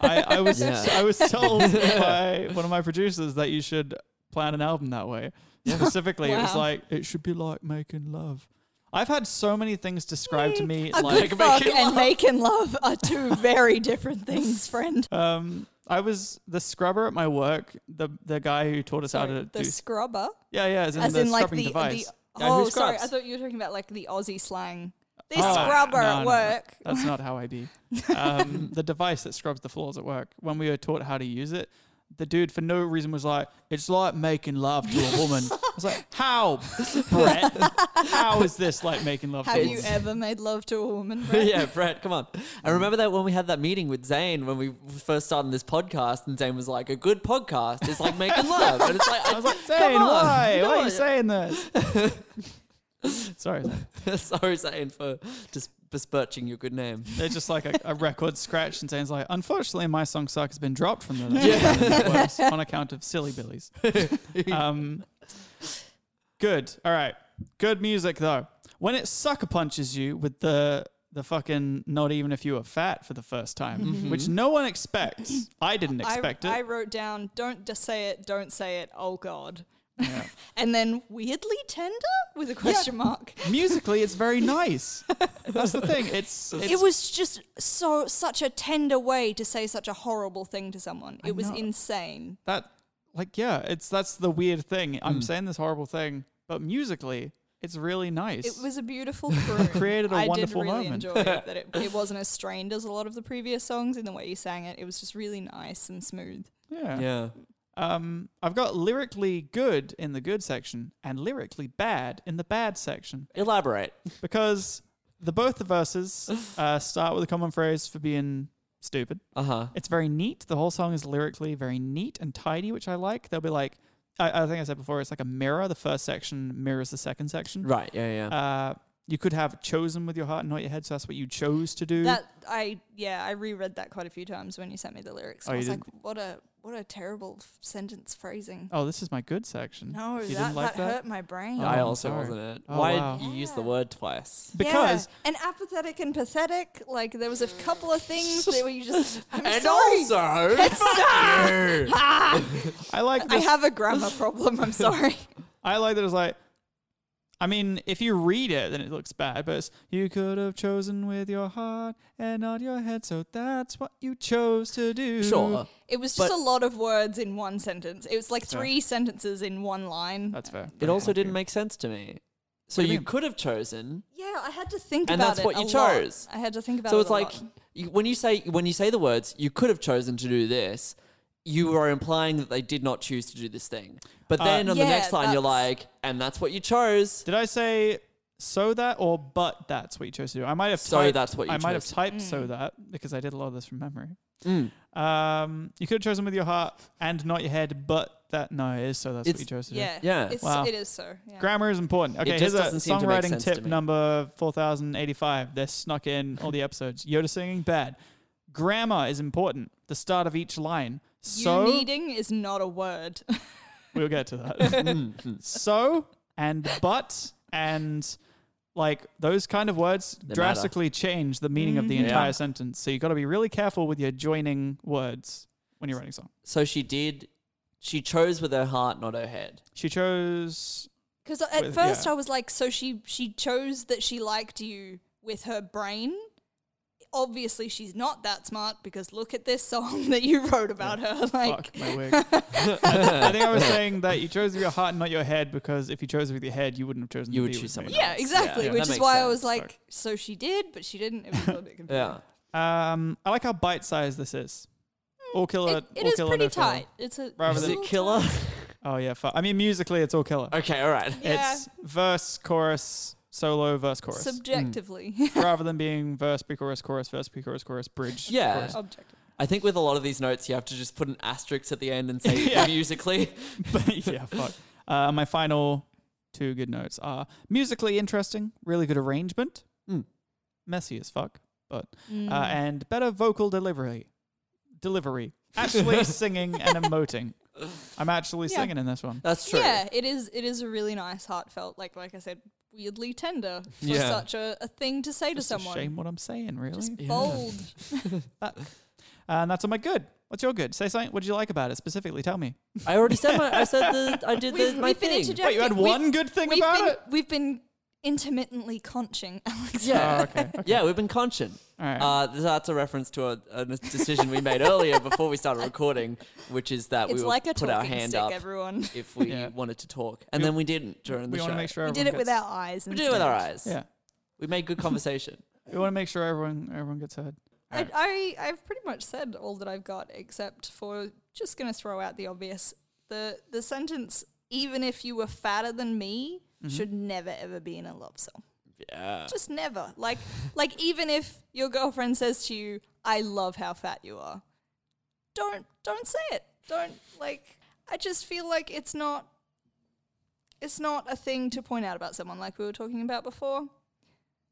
S1: I, I was
S2: Yeah.
S1: I was told by one of my producers that you should plan an album that way. Specifically, it was
S3: Wow.
S1: like it should be like making love. I've had so many things described to me
S3: a
S1: like
S3: good
S2: Like
S3: fuck
S2: making love.
S3: and making love are two very different things, friend.
S1: um I was the scrubber at my work, the the guy who taught us how
S3: Sorry,
S1: to
S3: the
S1: do
S3: scrubber,
S1: Yeah, yeah, as in
S3: as
S1: the
S3: in like
S1: scrubbing
S3: the,
S1: device.
S3: the
S2: Yeah, who
S3: oh, sorry, I
S2: scrubs?
S3: thought you were talking about like the Aussie slang. The
S1: Oh,
S3: scrubber
S1: no,
S3: at
S1: no, no.
S3: work.
S1: That's not how I be. Um, the device that scrubs the floors at work. When we were taught how to use it, the dude for no reason was like, "It's like making love to a woman." I was like, "How, Brett? How is this like making love to a
S3: Have you
S1: woman?"
S3: ever made love to a woman? Brett?
S2: yeah, Brett, come on. I
S1: Mm.
S2: remember that when we had that meeting with Zane when we first started this podcast, and Zane was like, "A good podcast is like making love," and it's like,
S1: I was like,
S2: "Come
S1: "Zane,
S2: on,
S1: why?
S2: come
S1: Why are
S2: on."
S1: you saying this?" Sorry, Zane.
S2: Sorry, Zane, for just besmirching your good name.
S1: they're just like a, a record scratch, and Zane's like, "Unfortunately, my song suck has been dropped from the works on account of silly billies." um, good. All right. Good music though. When it sucker punches you with the the fucking not even if you were fat for the first time, which no one expects. I didn't expect
S3: I, I
S1: it.
S3: wrote down, don't just say it, don't say it, oh God.
S1: Yeah.
S3: And then weirdly tender with a question mark.
S1: Musically, it's very nice. That's the thing. It's, it's
S3: it was just so such a tender way to say such a horrible thing to someone. It was
S1: know.
S3: insane.
S1: that like yeah. It's that's the weird thing. I'm saying this horrible thing, but musically, it's really nice.
S3: It was a beautiful croon.
S1: Created a
S3: I
S1: wonderful
S3: did really
S1: moment.
S3: enjoy it, that it, it wasn't as strained as a lot of the previous songs in the way you sang it. It was just really nice and smooth.
S1: yeah.
S2: Yeah.
S1: Um, I've got lyrically good in the good section and lyrically bad in the bad section
S2: Elaborate.
S1: because the both the verses uh, start with a common phrase for being stupid.
S2: Uh
S3: Uh-huh.
S2: huh.
S1: It's very neat. The whole song is lyrically very neat and tidy, which I like. They'll be like, I, I think I said before, it's like a mirror. The first section mirrors the second section.
S2: Right. Yeah. Yeah.
S1: Uh, you could have chosen with your heart and not your head, so that's what you chose to do.
S3: That I yeah, I reread that quite a few times when you sent me the lyrics.
S1: Oh,
S3: I
S1: you
S3: was
S1: did?
S3: like, what a What a terrible f- sentence phrasing.
S1: Oh, this is my good section.
S3: No,
S1: you
S3: that,
S1: didn't like
S3: that,
S1: that?
S3: hurt my brain.
S1: Oh,
S2: I
S1: I'm
S2: also
S1: sorry.
S2: wasn't it.
S1: Oh,
S2: Why
S1: wow.
S2: did you use the
S3: Yeah.
S2: word twice?
S1: Because
S3: yeah. and apathetic and pathetic, like there was a couple of things that were you just. I'm
S2: and
S3: sorry.
S2: also,
S3: Ah!
S2: Err.
S3: Ah!
S1: I like
S3: I
S1: this.
S3: have a grammar problem. I'm sorry.
S1: I like that it's like, I mean, if you read it, then it looks bad, but it's, you could have chosen with your heart and not your head, so that's what you chose to do.
S2: sure.
S3: It was just
S2: But-
S3: a lot of words in one sentence. It was like
S1: Fair.
S3: three sentences in one line.
S1: That's fair.
S2: It also didn't make sense to me. So
S1: What do you
S2: you
S1: mean?
S2: could have chosen.
S3: yeah, I had to think
S2: And
S3: about
S2: that's
S3: it.
S2: what you
S3: a lot.
S2: chose.
S3: I had to think about
S2: so
S3: it.
S2: it's
S3: a
S2: like
S3: lot.
S2: you, when you say when you say the words, you could have chosen to do this. You are implying that they did not choose to do this thing. But
S1: Uh,
S2: then on the
S3: Yeah,
S2: next line, you're
S3: that's-
S2: like, and that's what you chose.
S1: Did I say so that or but that's what you chose to do? I might have
S2: So
S1: typed,
S2: that's what you
S1: I might have
S2: chose. Mm.
S1: typed
S3: Mm.
S1: so that because I did a lot of this from memory. Um, you could have chosen with your heart and not your head, but that no it is so that's what
S2: It's-
S1: you chose to do.
S3: yeah,
S2: Yeah.
S3: It's,
S1: Wow.
S3: It is so. Yeah.
S1: Grammar is important. Okay,
S2: just
S1: here's a
S2: doesn't seem to make
S1: songwriting
S2: sense to
S1: tip
S2: me.
S1: number 4085. They're snuck in all the episodes. Yoda singing, bad. Grammar is important. The start of each line. So,
S3: you needing is not a word.
S1: we'll get to that.
S3: Mm,
S1: so, and but, and like those kind of words
S2: matter. Mm-hmm.
S1: drastically change the meaning of the entire
S2: Yeah.
S1: sentence. So, you got to be really careful with your joining words when you're writing a song.
S2: So she did. She chose with her heart, not her head.
S1: She chose.
S3: Because at
S1: With-
S3: first
S1: yeah.
S3: I was like, so she she chose that she liked you with her brain. Obviously, she's not that smart because look at this song that you wrote about her. Like,
S1: Fuck my wig. I think I was saying that you chose with your heart and not your head because if you chose with your head, you wouldn't have chosen.
S2: You
S1: to be
S2: would choose
S1: with me.
S2: someone
S3: yeah, exactly.
S2: Yeah,
S3: which
S2: that
S3: is
S2: makes
S3: why I was
S2: sense.
S3: like, so she did, but she didn't. It was a little bit confusing.
S2: Yeah.
S1: Um, I like how bite-sized this is. All killer.
S3: Mm, It, it
S1: all
S3: is
S1: killer,
S3: pretty
S1: no filler.
S3: tight. It's a
S1: Rather
S3: it's
S2: Is
S3: a
S1: than-
S2: it
S3: little
S2: killer?
S3: tight.
S1: Oh yeah, fu- I mean musically, it's all killer.
S2: okay. All right.
S3: Yeah.
S1: It's verse, chorus, solo, verse, chorus.
S3: Subjectively,
S1: Rather than being verse, pre-chorus, chorus, verse, pre-chorus, chorus, bridge.
S2: Yeah.
S1: chorus.
S3: objectively.
S2: I think with a lot of these notes, you have to just put an asterisk at the end and say
S1: Yeah.
S2: musically.
S1: But yeah, fuck. Uh, my final two good notes are musically interesting, really good arrangement,
S2: Mm.
S1: messy as fuck, but
S3: Mm.
S1: uh, and better vocal delivery. Delivery. Actually singing and emoting. I'm actually
S3: Yeah.
S1: singing in this one.
S2: That's true.
S3: Yeah, it is. It is a really nice, heartfelt. Like, like I said, weirdly tender for
S2: Yeah.
S3: such a, a thing to say
S1: Just
S3: to
S1: a
S3: someone.
S1: shame what I'm saying, really. Uh,
S3: Just
S2: Yeah.
S3: bold.
S1: and that's all my good. What's your good? Say something. What did you like about it specifically? Tell me.
S2: I already said my. I said the. I did
S3: We've-
S2: the, my
S3: we've been
S2: thing.
S3: interjecting.
S1: Wait, you had
S3: We've-
S1: one good thing
S3: We've
S1: about
S3: been,
S1: it?
S3: we've been intermittently conching Alex.
S2: Yeah.
S1: Oh, okay. okay.
S2: Yeah, we've been conscious.
S1: All right.
S2: Uh, that's a reference to a, a decision we made earlier before we started recording, which is that
S3: it's
S2: we would
S3: like a
S2: put our
S3: talking
S2: hand
S3: stick,
S2: up
S3: everyone.
S2: if we
S1: Yeah.
S2: wanted to talk, and
S1: We-
S2: then we didn't during the
S1: we
S2: show.
S1: want to make sure
S3: We
S1: everyone
S3: did it
S1: gets,
S3: with our eyes.
S2: we did it with our eyes.
S1: Yeah.
S2: we made good conversation.
S1: We want to make sure everyone everyone gets heard.
S3: I, I, I've pretty much said all that I've got, except for just going to throw out the obvious. The the sentence, even if you were fatter than me,
S1: Mm-hmm.
S3: should never ever be in a love song.
S2: yeah,
S3: Just never. Like like even if your girlfriend says to you, "I love how fat you are," don't don't say it. Don't like. I just feel like it's not. It's not a thing to point out about someone like we were talking about before.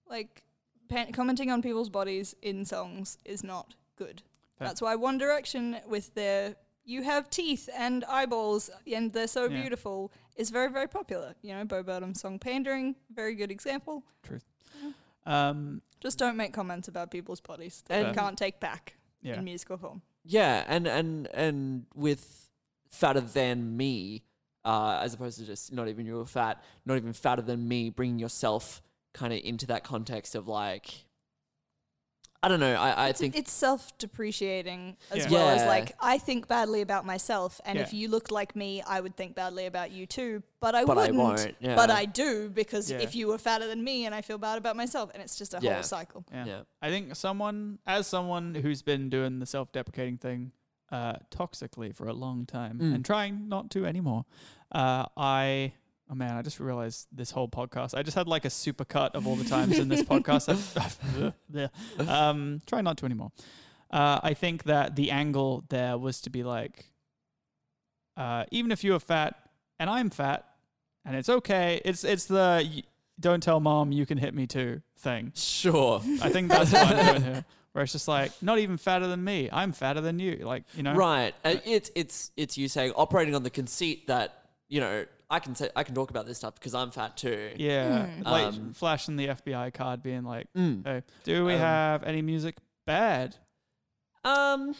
S3: Like pan- commenting on people's bodies in songs is not good.
S1: Fair.
S3: That's why One Direction with their "You have teeth and eyeballs and they're so
S1: Yeah.
S3: beautiful" is very very popular. You know, Bo Burnham's song "Pandering," very good example.
S1: Um,
S3: Just don't make comments about people's bodies that
S2: And-
S3: you can't take back
S1: yeah.
S3: in musical form.
S2: yeah, and and and with fatter than me, uh, as opposed to just not even you were fat, not even fatter than me, bringing yourself kind of into that context of like, I don't know. I I
S3: It's,
S2: think
S3: it's self-depreciating as
S1: Yeah.
S3: well as
S2: Yeah.
S3: like I think badly about myself, and if
S1: Yeah.
S3: you looked like me, I would think badly about you too. But I
S2: But I
S3: wouldn't.
S2: won't, yeah.
S3: But I do because
S1: Yeah.
S3: if you were fatter than me, and I feel bad about myself, and it's just a
S2: Yeah.
S3: whole cycle.
S1: Yeah.
S2: Yeah.
S1: I think someone, as someone who's been doing the self deprecating thing uh, toxically for a long time
S2: Mm.
S1: and trying not to anymore, uh, I, oh man, I just realized this whole podcast, I just had like a supercut of all the times in this podcast. I've, I've- um, try not to anymore. Uh, I think that the angle there was to be like, uh, even if you're fat and I'm fat and it's okay, it's, it's the y- don't tell mom you can hit me too thing.
S2: sure.
S1: I think that's what I'm doing here. where it's just like not even fatter than me. I'm fatter than you. Like you know,
S2: Right. Uh, it's it's it's you saying operating on the conceit that you know I can say I can talk about this stuff because I'm fat too.
S1: Yeah,
S3: Hmm.
S1: like
S2: Um,
S1: flashing the FBI card, being like,
S2: Mm.
S1: "Hey, do we
S2: Um,
S1: have any music bad?"
S2: Um,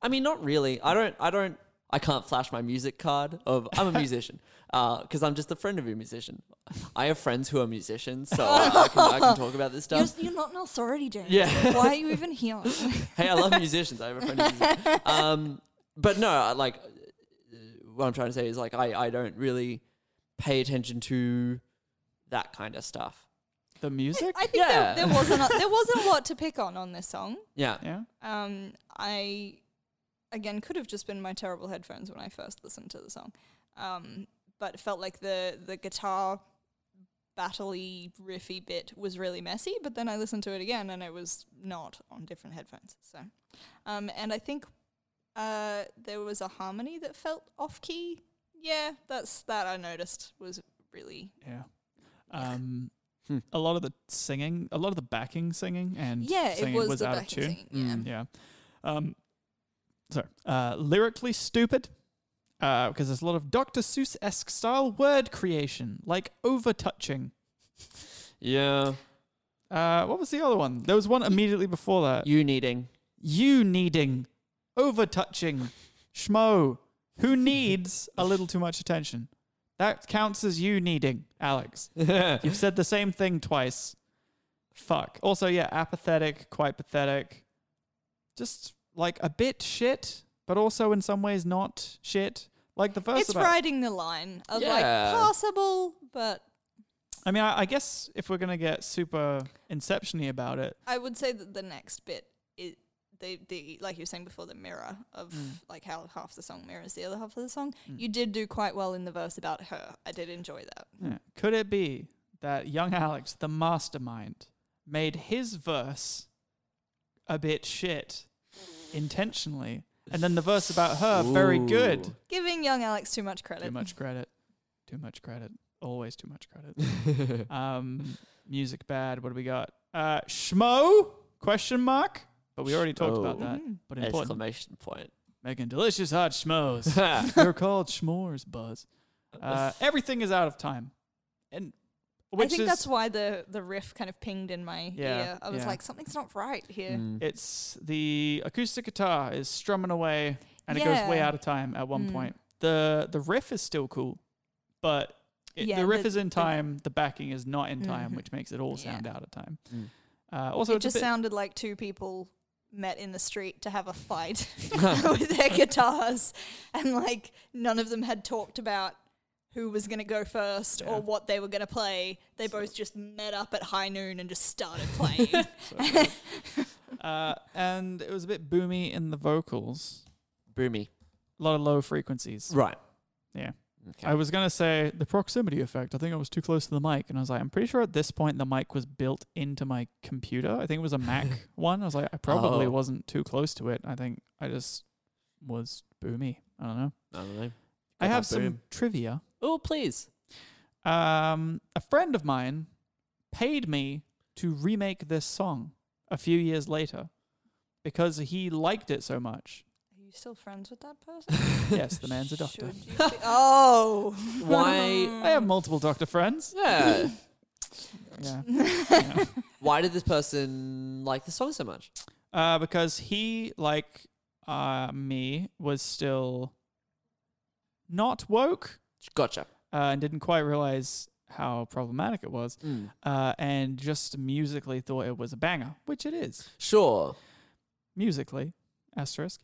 S2: I mean, not really. I don't. I don't. I can't flash my music card of I'm a musician because I'm just a friend of a musician. I have friends who are musicians, so I, I, can, I can talk about this
S3: You're,
S2: stuff.
S3: you're not an authority, James.
S2: Yeah.
S3: Why are you even here?
S2: hey, I love musicians. I have a friend. Who's a musician. Um, but no, I, like uh, what I'm trying to say is like I I don't really pay attention to that kind of stuff.
S1: The music,
S3: I think
S2: Yeah.
S3: there, there wasn't a, there wasn't a lot to pick on on this song.
S2: Yeah.
S1: yeah.
S3: Um, I again could have just been my terrible headphones when I first listened to the song, um, but it felt like the the guitar battley riffy bit was really messy. But then I listened to it again, and it was not on different headphones. So, um, and I think uh, there was a harmony that felt off key. Yeah, that's that I noticed was really
S1: Yeah. Um,
S2: Hmm.
S1: A lot of the singing, a lot of the backing singing and
S3: yeah. It
S1: singing
S3: was, the
S1: out of
S3: backing
S1: tune.
S3: singing, yeah.
S2: Mm.
S1: Yeah. Um, sorry. Uh, lyrically stupid because there's a lot of Dr. Seuss esque style word creation, like overtouching.
S2: Yeah.
S1: Uh, what was the other one? There was one immediately before that.
S2: You needing.
S1: you needing, overtouching, schmo, who needs a little too much attention. That counts as you needing, Alex. You've said the same thing twice. Fuck. Also, yeah, apathetic, quite pathetic. Just like a bit shit, but also in some ways not shit. Like the first.
S3: It's riding the line of like
S2: Yeah.
S3: possible, but
S1: I mean, I, I guess if we're gonna get super inception-y about it,
S3: I would say that the next bit is the the like you were saying before the mirror of
S1: Mm.
S3: like how half the song mirrors the other half of the song. You did do quite well in the verse about her. I did enjoy that.
S1: Yeah. Could it be that young Alex, the mastermind, made his verse a bit shit intentionally, and then the verse about her very good?
S2: Ooh.
S3: Giving young Alex too much credit.
S1: Too much credit. Too much credit. Always too much credit. um, music bad. What do we got? Uh, schmo? Question mark. But we already talked about
S3: Mm.
S2: Schmo.
S1: that. But important.
S2: Exclamation point.
S1: Making delicious hot schmoes. They're called schmores, Buzz. Uh, everything is out of time, and which
S3: I think
S1: is,
S3: that's why the the riff kind of pinged in my
S1: Yeah,
S3: ear. I was
S1: yeah. Mm.
S3: like, something's not right here.
S2: Mm.
S1: It's the acoustic guitar is strumming away and it goes way
S3: Yeah.
S1: out of time at one
S3: Mm.
S1: point. The the riff is still cool, but it,
S3: Yeah,
S1: the riff
S3: the-
S1: is in
S3: the-
S1: time, the, backing is not in time,
S3: Mhm.
S1: which makes it all
S3: Yeah.
S1: sound out of time.
S2: Mm.
S1: Uh, also,
S3: it
S1: it's a
S3: just
S1: bit-
S3: sounded like two people met in the street to have a fight with their guitars and like none of them had talked about who was going to go first
S1: Yeah.
S3: or what they were going to play they both just met up at high noon and just started playing
S1: uh, and it was a bit boomy in the vocals,
S2: Boomy.
S1: a lot of low frequencies.
S2: Right.
S1: Yeah.
S2: Okay.
S1: I was gonna say the proximity effect. I think I was too close to the mic, and I was like, I'm pretty sure at this point the mic was built into my computer. I think it was a Mac one. I was like, I probably
S2: Oh.
S1: wasn't too close to it. I think I just was boomy. I don't know.
S2: I don't know.
S1: I
S2: Got
S1: have
S2: that
S1: some
S2: boom.
S1: trivia.
S2: Oh, please.
S1: Um, a friend of mine paid me to remake this song a few years later because he liked it so much.
S3: are you still friends with that person
S1: yes, the man's a doctor.
S3: Should you be- oh
S2: Why?
S1: I have multiple doctor friends.
S2: Yeah.
S1: Yeah.
S2: Why did this person like the song so much?
S1: Uh, because he, like uh, me, was still not woke
S2: Gotcha.
S1: uh, and didn't quite realize how problematic it was,
S2: Mm.
S1: uh, and just musically thought it was a banger, which it is
S2: Sure.
S1: musically asterisk.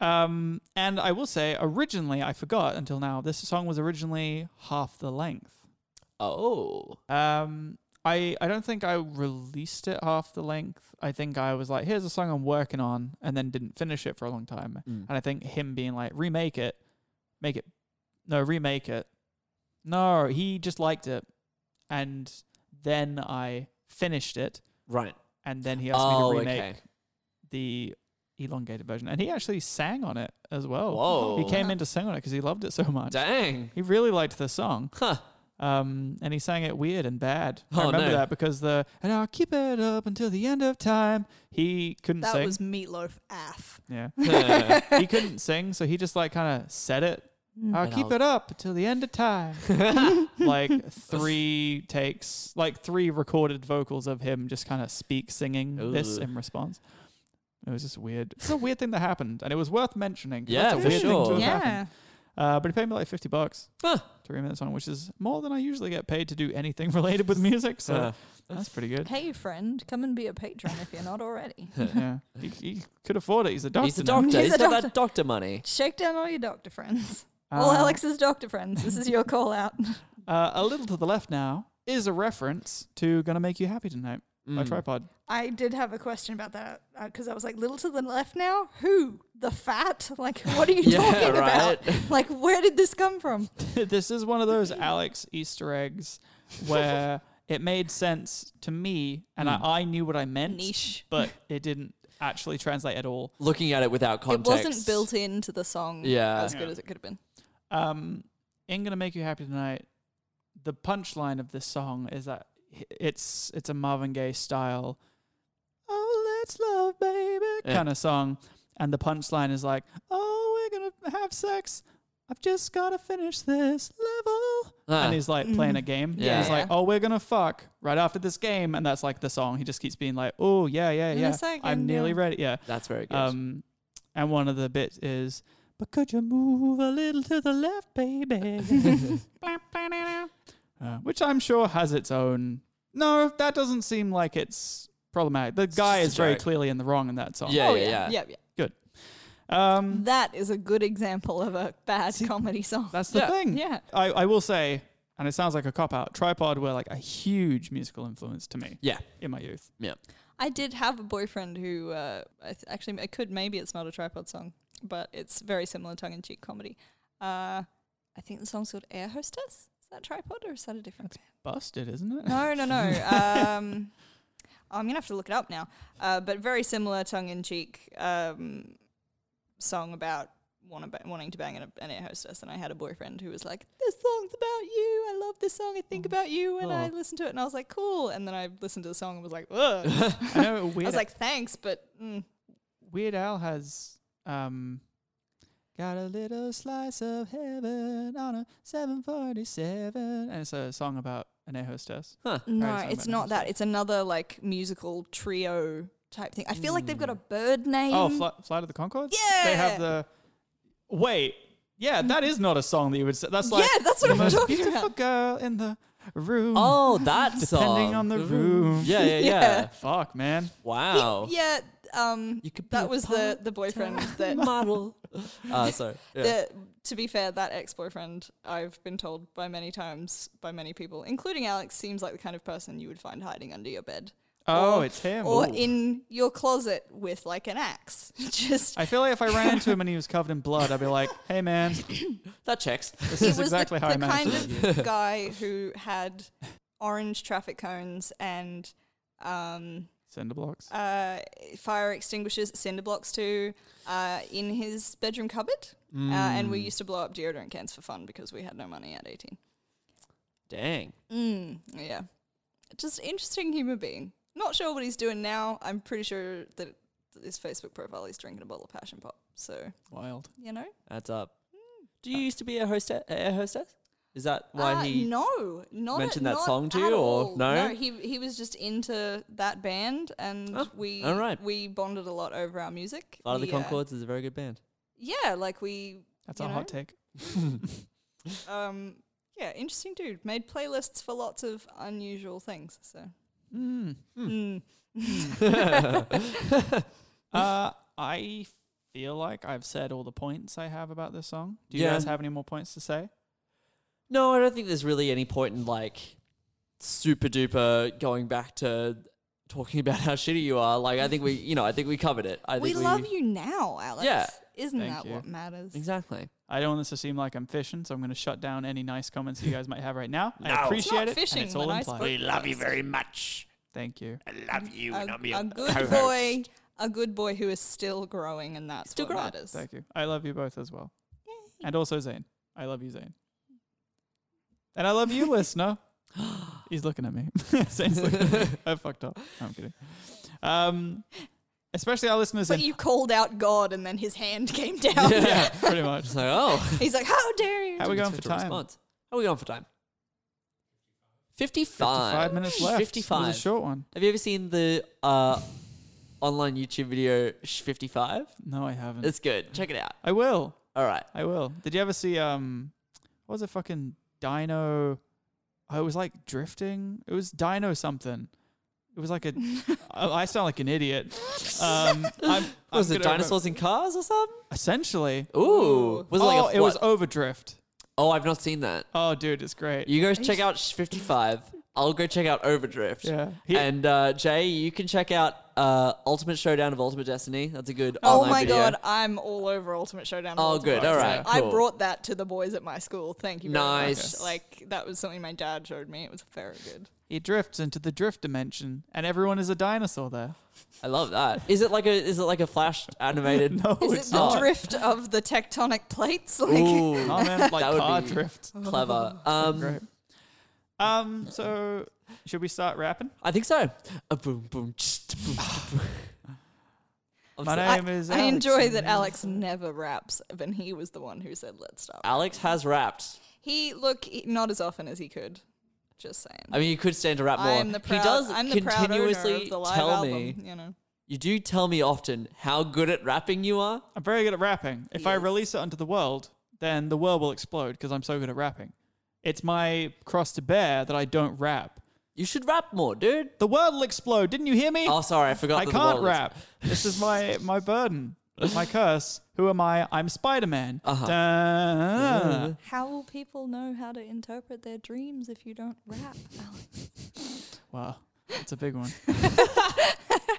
S1: Um, and I will say, originally, I forgot until now, this song was originally half the length.
S2: Oh.
S1: Um, I I don't think I released it half the length. I think I was like, here's a song I'm working on, and then didn't finish it for a long time.
S2: Mm.
S1: And I think him being like, remake it, make it, no, remake it. No, he just liked it, and then I finished it,
S2: Right.
S1: and then he asked
S2: Oh,
S1: me to remake
S2: okay.
S1: the elongated version, and he actually sang on it as well.
S2: Whoa.
S1: He came in to sing on it because he loved it so much.
S2: Dang.
S1: He really liked the song.
S2: Huh.
S1: Um, and he sang it weird and bad. I
S2: Oh,
S1: remember
S2: no.
S1: that because the and I'll keep it up until the end of time. He couldn't
S3: That
S1: sing.
S3: was meatloaf af.
S1: yeah,
S2: Yeah.
S1: he couldn't sing, so he just like kind of said it.
S3: Mm.
S1: I'll
S2: And
S1: keep
S2: I'll-
S1: it up until the end of time. like three takes, like three recorded vocals of him just kind of speak singing this
S2: Ugh.
S1: in response. It was just weird. It's a weird thing that happened, and it was worth mentioning. 'cause
S2: Yeah,
S1: that's a
S2: for
S1: weird
S2: sure.
S1: Thing to have happened.
S3: Yeah.
S1: Uh, but he paid me like fifty bucks
S2: Huh.
S1: to remake that song, which is more than I usually get paid to do anything related with music. So
S2: Uh,
S1: that's pretty good.
S3: Hey, friend, come and be a patron if you're not already.
S1: yeah, he, he could afford it. He's a doctor.
S2: he's a
S1: now.
S2: doctor.
S3: He's
S2: He's
S3: a
S2: got that doctor money.
S3: Shake down all your doctor friends.
S1: Uh,
S3: all Alex's doctor friends. This is your call out.
S1: Uh, a little to the left now is a reference to "Gonna Make You Happy Tonight" by
S2: Mm.
S1: Tripod.
S3: I did have a question about that because I was like, little to the left now? Who? The fat? Like, what are you
S2: Yeah,
S3: talking
S2: right.
S3: about? Like, where did this come from?
S1: this is one of those Alex Easter eggs where it made sense to me, and
S2: Mm.
S1: I, I knew what I meant,
S3: Niche.
S1: but it didn't actually translate at all.
S2: Looking at it without context.
S3: It wasn't built into the song
S2: Yeah.
S3: as good
S1: Yeah.
S3: as it could have been.
S1: um, "In Gonna Make You Happy Tonight," the punchline of this song is that h- it's it's a Marvin Gaye style, "Oh let's love, baby"
S2: Yeah.
S1: kind of song, and the punchline is like, "Oh we're gonna have sex." I've just gotta finish this level,
S2: Ah.
S1: and he's like playing a game.
S2: Yeah.
S1: he's like,
S3: Mm-hmm. Yeah.
S1: "Oh, we're gonna fuck right after this game," and that's like the song. He just keeps being like, "Oh yeah, yeah,
S3: In a
S1: yeah, I'm
S3: second,
S1: nearly
S3: yeah."
S1: ready." Yeah,
S2: That's very good.
S1: um, and one of the bits is, but could you move a little to the left, baby? Uh, which I'm sure has its own. No, that doesn't seem like it's problematic. The guy
S2: just
S1: is
S2: a
S1: very
S2: joke.
S1: clearly in the wrong in that song.
S2: Yeah, Mm.
S3: oh,
S2: yeah, yeah.
S3: yeah. Yeah, yeah.
S1: Um,
S3: That is a good example of a bad comedy song.
S1: that's the
S2: Yeah.
S1: thing.
S3: Yeah.
S1: I, I will say, and it sounds like a cop out, Tripod were like a huge musical influence to me
S2: yeah.
S1: in my youth.
S3: I did have a boyfriend who uh, I th- actually I could maybe it's not a tripod song, but it's very similar tongue in cheek comedy. Uh, I think the song's called Air Hostess. Is that tripod or is that a different
S1: Busted, isn't it?
S3: band? No, no, no. um, I'm gonna have to look it up now. Uh, but very similar tongue in cheek um, song about wanna ba- wanting to bang an, an air hostess. And I had a boyfriend who was like, "This song's about you. I love this song. I
S1: Oh.
S3: think about you." And I
S2: Aw.
S3: listened to it and I was like, "Cool." And then I listened to the song and was like, "Ugh."
S1: I know weird
S3: I was like, thanks, but mm,
S1: Weird Al has um got a little slice of heaven on a 747, and it's a song about an air hostess.
S2: Huh.
S3: no,
S1: sorry
S3: it's
S1: about
S3: not
S1: that.
S3: that. It's another like musical trio type thing. I feel like they've got a bird name.
S1: oh, Fly, Flight of the Concords? They have
S3: Yeah. Mm-hmm.
S1: the. Wait. Yeah, that is not a song that you would say. That's like.
S3: yeah, that's what
S1: the
S3: I'm
S1: most
S3: talking
S1: beautiful
S3: about.
S1: girl in the room.
S2: Oh, that song.
S1: on the room.
S2: Yeah, yeah, yeah.
S3: Yeah.
S1: Fuck, man. Oh.
S2: Wow.
S3: Yeah, um,
S2: You could be a
S3: that was the the boyfriend that.
S2: model. Uh, sorry. Yeah.
S3: The, to be fair, that ex-boyfriend I've been told by many times by many people, including Alex, seems like the kind of person you would find hiding under your bed
S1: Oh,
S3: Or-
S1: it's him.
S3: or
S1: Ooh.
S3: in your closet with like an axe. Just
S1: I feel like if I ran into him and he was covered in blood, I'd be like, hey, man,
S2: that checks.
S1: this
S3: It
S1: is exactly
S3: the,
S1: how I
S3: the
S1: managed
S3: kind
S1: it.
S3: of guy who had orange traffic cones and um,
S1: Cinder blocks.
S3: uh, fire extinguishers, cinder blocks too, uh, in his bedroom cupboard. Uh, and
S2: Mm.
S3: we used to blow up deodorant cans for fun because we had no money at 18.
S2: Dang.
S3: Mm, yeah. Just interesting human being. Not sure what he's doing now. I'm pretty sure that his Facebook profile he's drinking a bottle of passion pop. So,
S1: Wild.
S3: you know.
S2: That's up. Do you used to be a hostess? Air hostess? Is that why
S3: Uh,
S2: he?
S3: no not
S2: mentioned
S3: at,
S2: that
S3: not
S2: song to
S3: at
S2: you, or
S3: all.
S2: no?
S3: he he was just into that band and
S2: Oh,
S3: we
S2: all right.
S3: we bonded a lot over our music
S2: Flight of the
S3: yeah.
S2: Concords is a very good band.
S3: yeah like we
S1: That's
S3: you
S1: a hot
S3: know,
S1: take.
S3: um yeah interesting dude made playlists for lots of unusual things so
S1: Mm.
S3: Mm.
S1: Uh, I feel like I've said all the points I have about this song. Do you
S2: Yeah.
S1: guys have any more points to say?
S2: No, I don't think there's really any point in like super duper going back to talking about how shitty you are. Like I think we, you know, I think we covered it. I
S3: we
S2: think we
S3: love you now alex
S2: Yeah.
S3: isn't
S1: Thank
S3: that
S1: you.
S3: what matters
S2: Exactly.
S1: I don't want this to seem like I'm fishing, so I'm going to shut down any nice comments you guys might have right now.
S2: No. It's
S1: I
S2: not
S1: appreciate it. and
S3: fishing,
S1: it's all
S3: but I
S1: implied.
S3: spoke-
S5: love you very much.
S1: Thank you.
S5: I love you, and
S3: a,
S5: I'm your
S3: a good
S5: co-host.
S3: boy a good boy who is still growing and that's
S2: Still
S3: what
S2: growing.
S3: matters
S1: Thank you. I love you both as well. And also Zane. I love you, Zane. And I love you, listener. He's looking at me. Zane's looking at me. I fucked up. No, I'm kidding. Um, especially our listeners.
S3: But
S1: in-
S3: you called out God and then his hand came down.
S1: yeah, pretty much.
S2: It's like, oh,
S3: He's like, How dare you?
S1: How are we
S2: Didn't
S1: going for
S2: expect a
S1: time?
S2: response. How are we going for time? 55.
S1: Fifty-five minutes left. It
S2: 55.
S1: was a short one.
S2: Have you ever seen the uh, online YouTube video Sh 55?
S1: No, I haven't.
S2: It's good. Check it out.
S1: I will.
S2: All right.
S1: I will. Did you ever see um what was it fucking dino oh, it was like drifting? It was dino something. It was like a I I sound like an idiot. Um I'm, I'm
S2: Was
S1: gonna remem-
S2: it dinosaurs in cars or something?
S1: essentially.
S2: Ooh. Was it
S1: oh,
S2: like a
S1: it was
S2: what?
S1: overdrift.
S2: Oh, I've not seen that.
S1: Oh dude, it's great.
S2: You go check out Sh 55. I'll go check out Overdrift.
S1: Yeah. He-
S2: And uh, Jay, you can check out uh, Ultimate Showdown of Ultimate Destiny. That's a good
S3: Oh
S2: online
S3: my
S2: video.
S3: god, I'm all over Ultimate Showdown.
S2: Oh,
S3: Ultimate
S2: good, all
S3: Fighting.
S2: right,
S3: I
S2: cool.
S3: brought that to the boys at my school. Thank you. Very
S2: Nice.
S3: Much. Like that was something my dad showed me. It was very good.
S1: he drifts into the drift dimension and everyone is a dinosaur there.
S2: I love that. Is it like a is it like a flash animated?
S1: No,
S3: Is
S1: it's
S3: it the
S1: not.
S3: drift of the tectonic plates? Like
S2: Oh, Ooh,
S1: Oh man, like
S2: That would
S1: car
S2: be-
S1: drift.
S2: clever. Um,
S1: Great. Um, so should we start rapping?
S2: I think so. A boom boom. tsh, t- boom, t- boom.
S1: My
S2: Obviously-
S1: name is
S3: I
S1: Alex.
S3: enjoy that Alex never raps, and he was the one who said, "Let's stop."
S2: Alex has rapped.
S3: He look he- not as often as he could. Just saying.
S2: I mean, you could stand to rap more.
S3: I'm the proud.
S2: he does
S3: I'm the proud owner
S2: continuously
S3: of the live
S2: tell
S3: album.
S2: me.
S3: You know.
S2: You do tell me often how good at rapping you are.
S1: I'm very good at rapping. If I release it onto the world, then the world will explode because I'm so good at rapping. It's my cross to bear that I don't rap.
S2: You should rap more, dude.
S1: The world will explode. Didn't you hear me?
S2: Oh, sorry, I forgot.
S1: I
S2: that the
S1: can't
S2: world is-
S1: rap. this is my my burden. My curse. Who am I? I'm Spider Man.
S2: Uh-huh.
S3: How will people know how to interpret their dreams if you don't rap, Alex?
S1: Wow, that's a big one.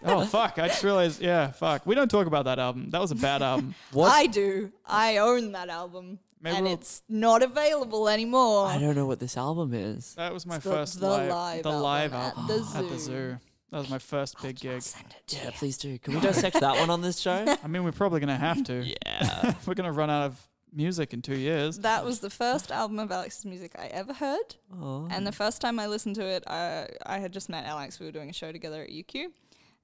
S1: oh fuck! I just realized. Yeah, fuck. We don't talk about that album. That was a bad album.
S2: What?
S3: I do. I own that album,
S1: Maybe
S3: and
S1: we'll-
S3: it's not available anymore.
S2: I don't know what this album is.
S1: That was my
S3: It's the-
S1: first
S3: the
S1: live,
S3: live
S1: the
S3: album
S1: live
S3: at
S1: album
S3: the
S1: at the
S3: zoo.
S1: zoo. That was my first big
S3: I'll
S1: gig.
S3: send it to
S2: Yeah,
S3: you.
S2: please do. Can we dissect that one on this show?
S1: I mean, we're probably gonna have to.
S2: Yeah.
S1: We're gonna run out of music in two years.
S3: That was the first album of Alex's music I ever heard.
S2: Oh.
S3: And the first time I listened to it, I, I had just met Alex. We were doing a show together at UQ.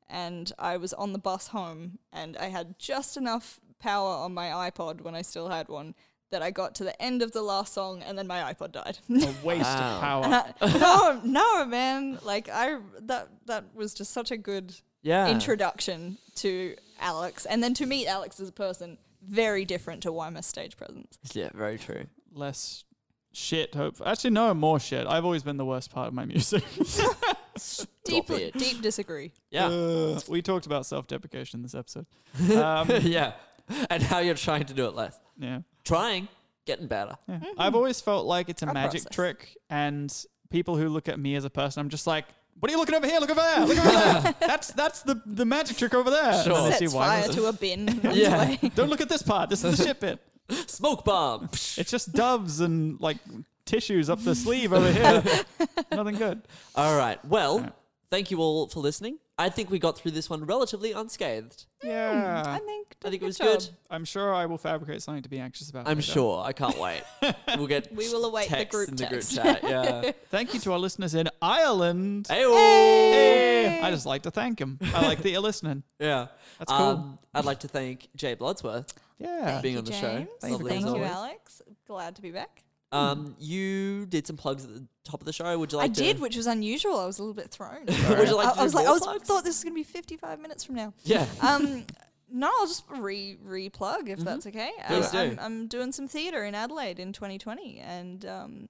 S3: And I was on the bus home, and I had just enough power on my iPod when I still had one that I got to the end of the last song, and then my iPod died.
S1: A waste
S2: Wow.
S1: of power.
S2: Oh.
S3: no, no, man. Like I that that was just such a good
S2: Yeah.
S3: introduction to Alex, and then to meet Alex as a person, very different to Weimer's stage presence.
S2: Yeah, very true.
S1: Less shit. Hope. Actually, no more shit. I've always been the worst part of my music.
S3: Deep,
S2: it.
S3: deep disagree.
S2: Yeah.
S1: Uh, we talked about self-deprecation this episode. Um,
S2: yeah. And how you're trying to do it less.
S1: yeah.
S2: Trying, getting better.
S1: Yeah. I've always felt like it's a
S3: A
S1: magic
S3: process.
S1: trick, and people who look at me as a person, I'm just like, "What are you looking over here? Look over there! Look over there! That's that's the the magic trick over there." And then they see
S3: Sets
S1: why I'm
S3: fire to a bin.
S2: Yeah.
S1: like, Don't look at this part. This is the shit bit.
S2: Smoke bomb.
S1: It's just doves and like tissues up the sleeve over here. Nothing good.
S2: all right. Well, thank you all for listening. I think we got through this one relatively unscathed. Hmm,
S1: Yeah.
S3: I think.
S2: I think it was
S3: job.
S2: good.
S1: I'm sure I will fabricate something to be anxious about.
S2: I'm
S1: later.
S2: sure. I can't wait. We'll get
S3: We will await the
S2: texts
S3: group
S2: in the
S3: text.
S2: group chat. Yeah.
S1: Thank you to our listeners in Ireland.
S2: hey.
S1: I just like to thank them. I like that you're listening.
S2: Yeah. Um,
S1: That's cool.
S2: I'd like to thank Jay Blodsworth.
S1: Yeah.
S2: Being
S3: Thank
S2: on the
S3: you,
S2: show.
S3: James.
S2: Thank
S1: you for
S3: Thank
S1: coming
S3: you,
S1: on.
S3: Alex. Glad to be back.
S2: Um, you did some plugs at the top of the show. Would you
S3: I
S2: like to?
S3: did, which was unusual. I was a little bit thrown.
S2: Would you like to
S3: I, I
S2: do
S3: was like, I
S2: more
S3: was
S2: plugs?
S3: thought this was going to be 55 minutes from now.
S2: Yeah.
S3: Um, no, I'll just re re plug if that's okay.
S2: Please do.
S3: I'm, I'm doing some theater in Adelaide in 2020, and um,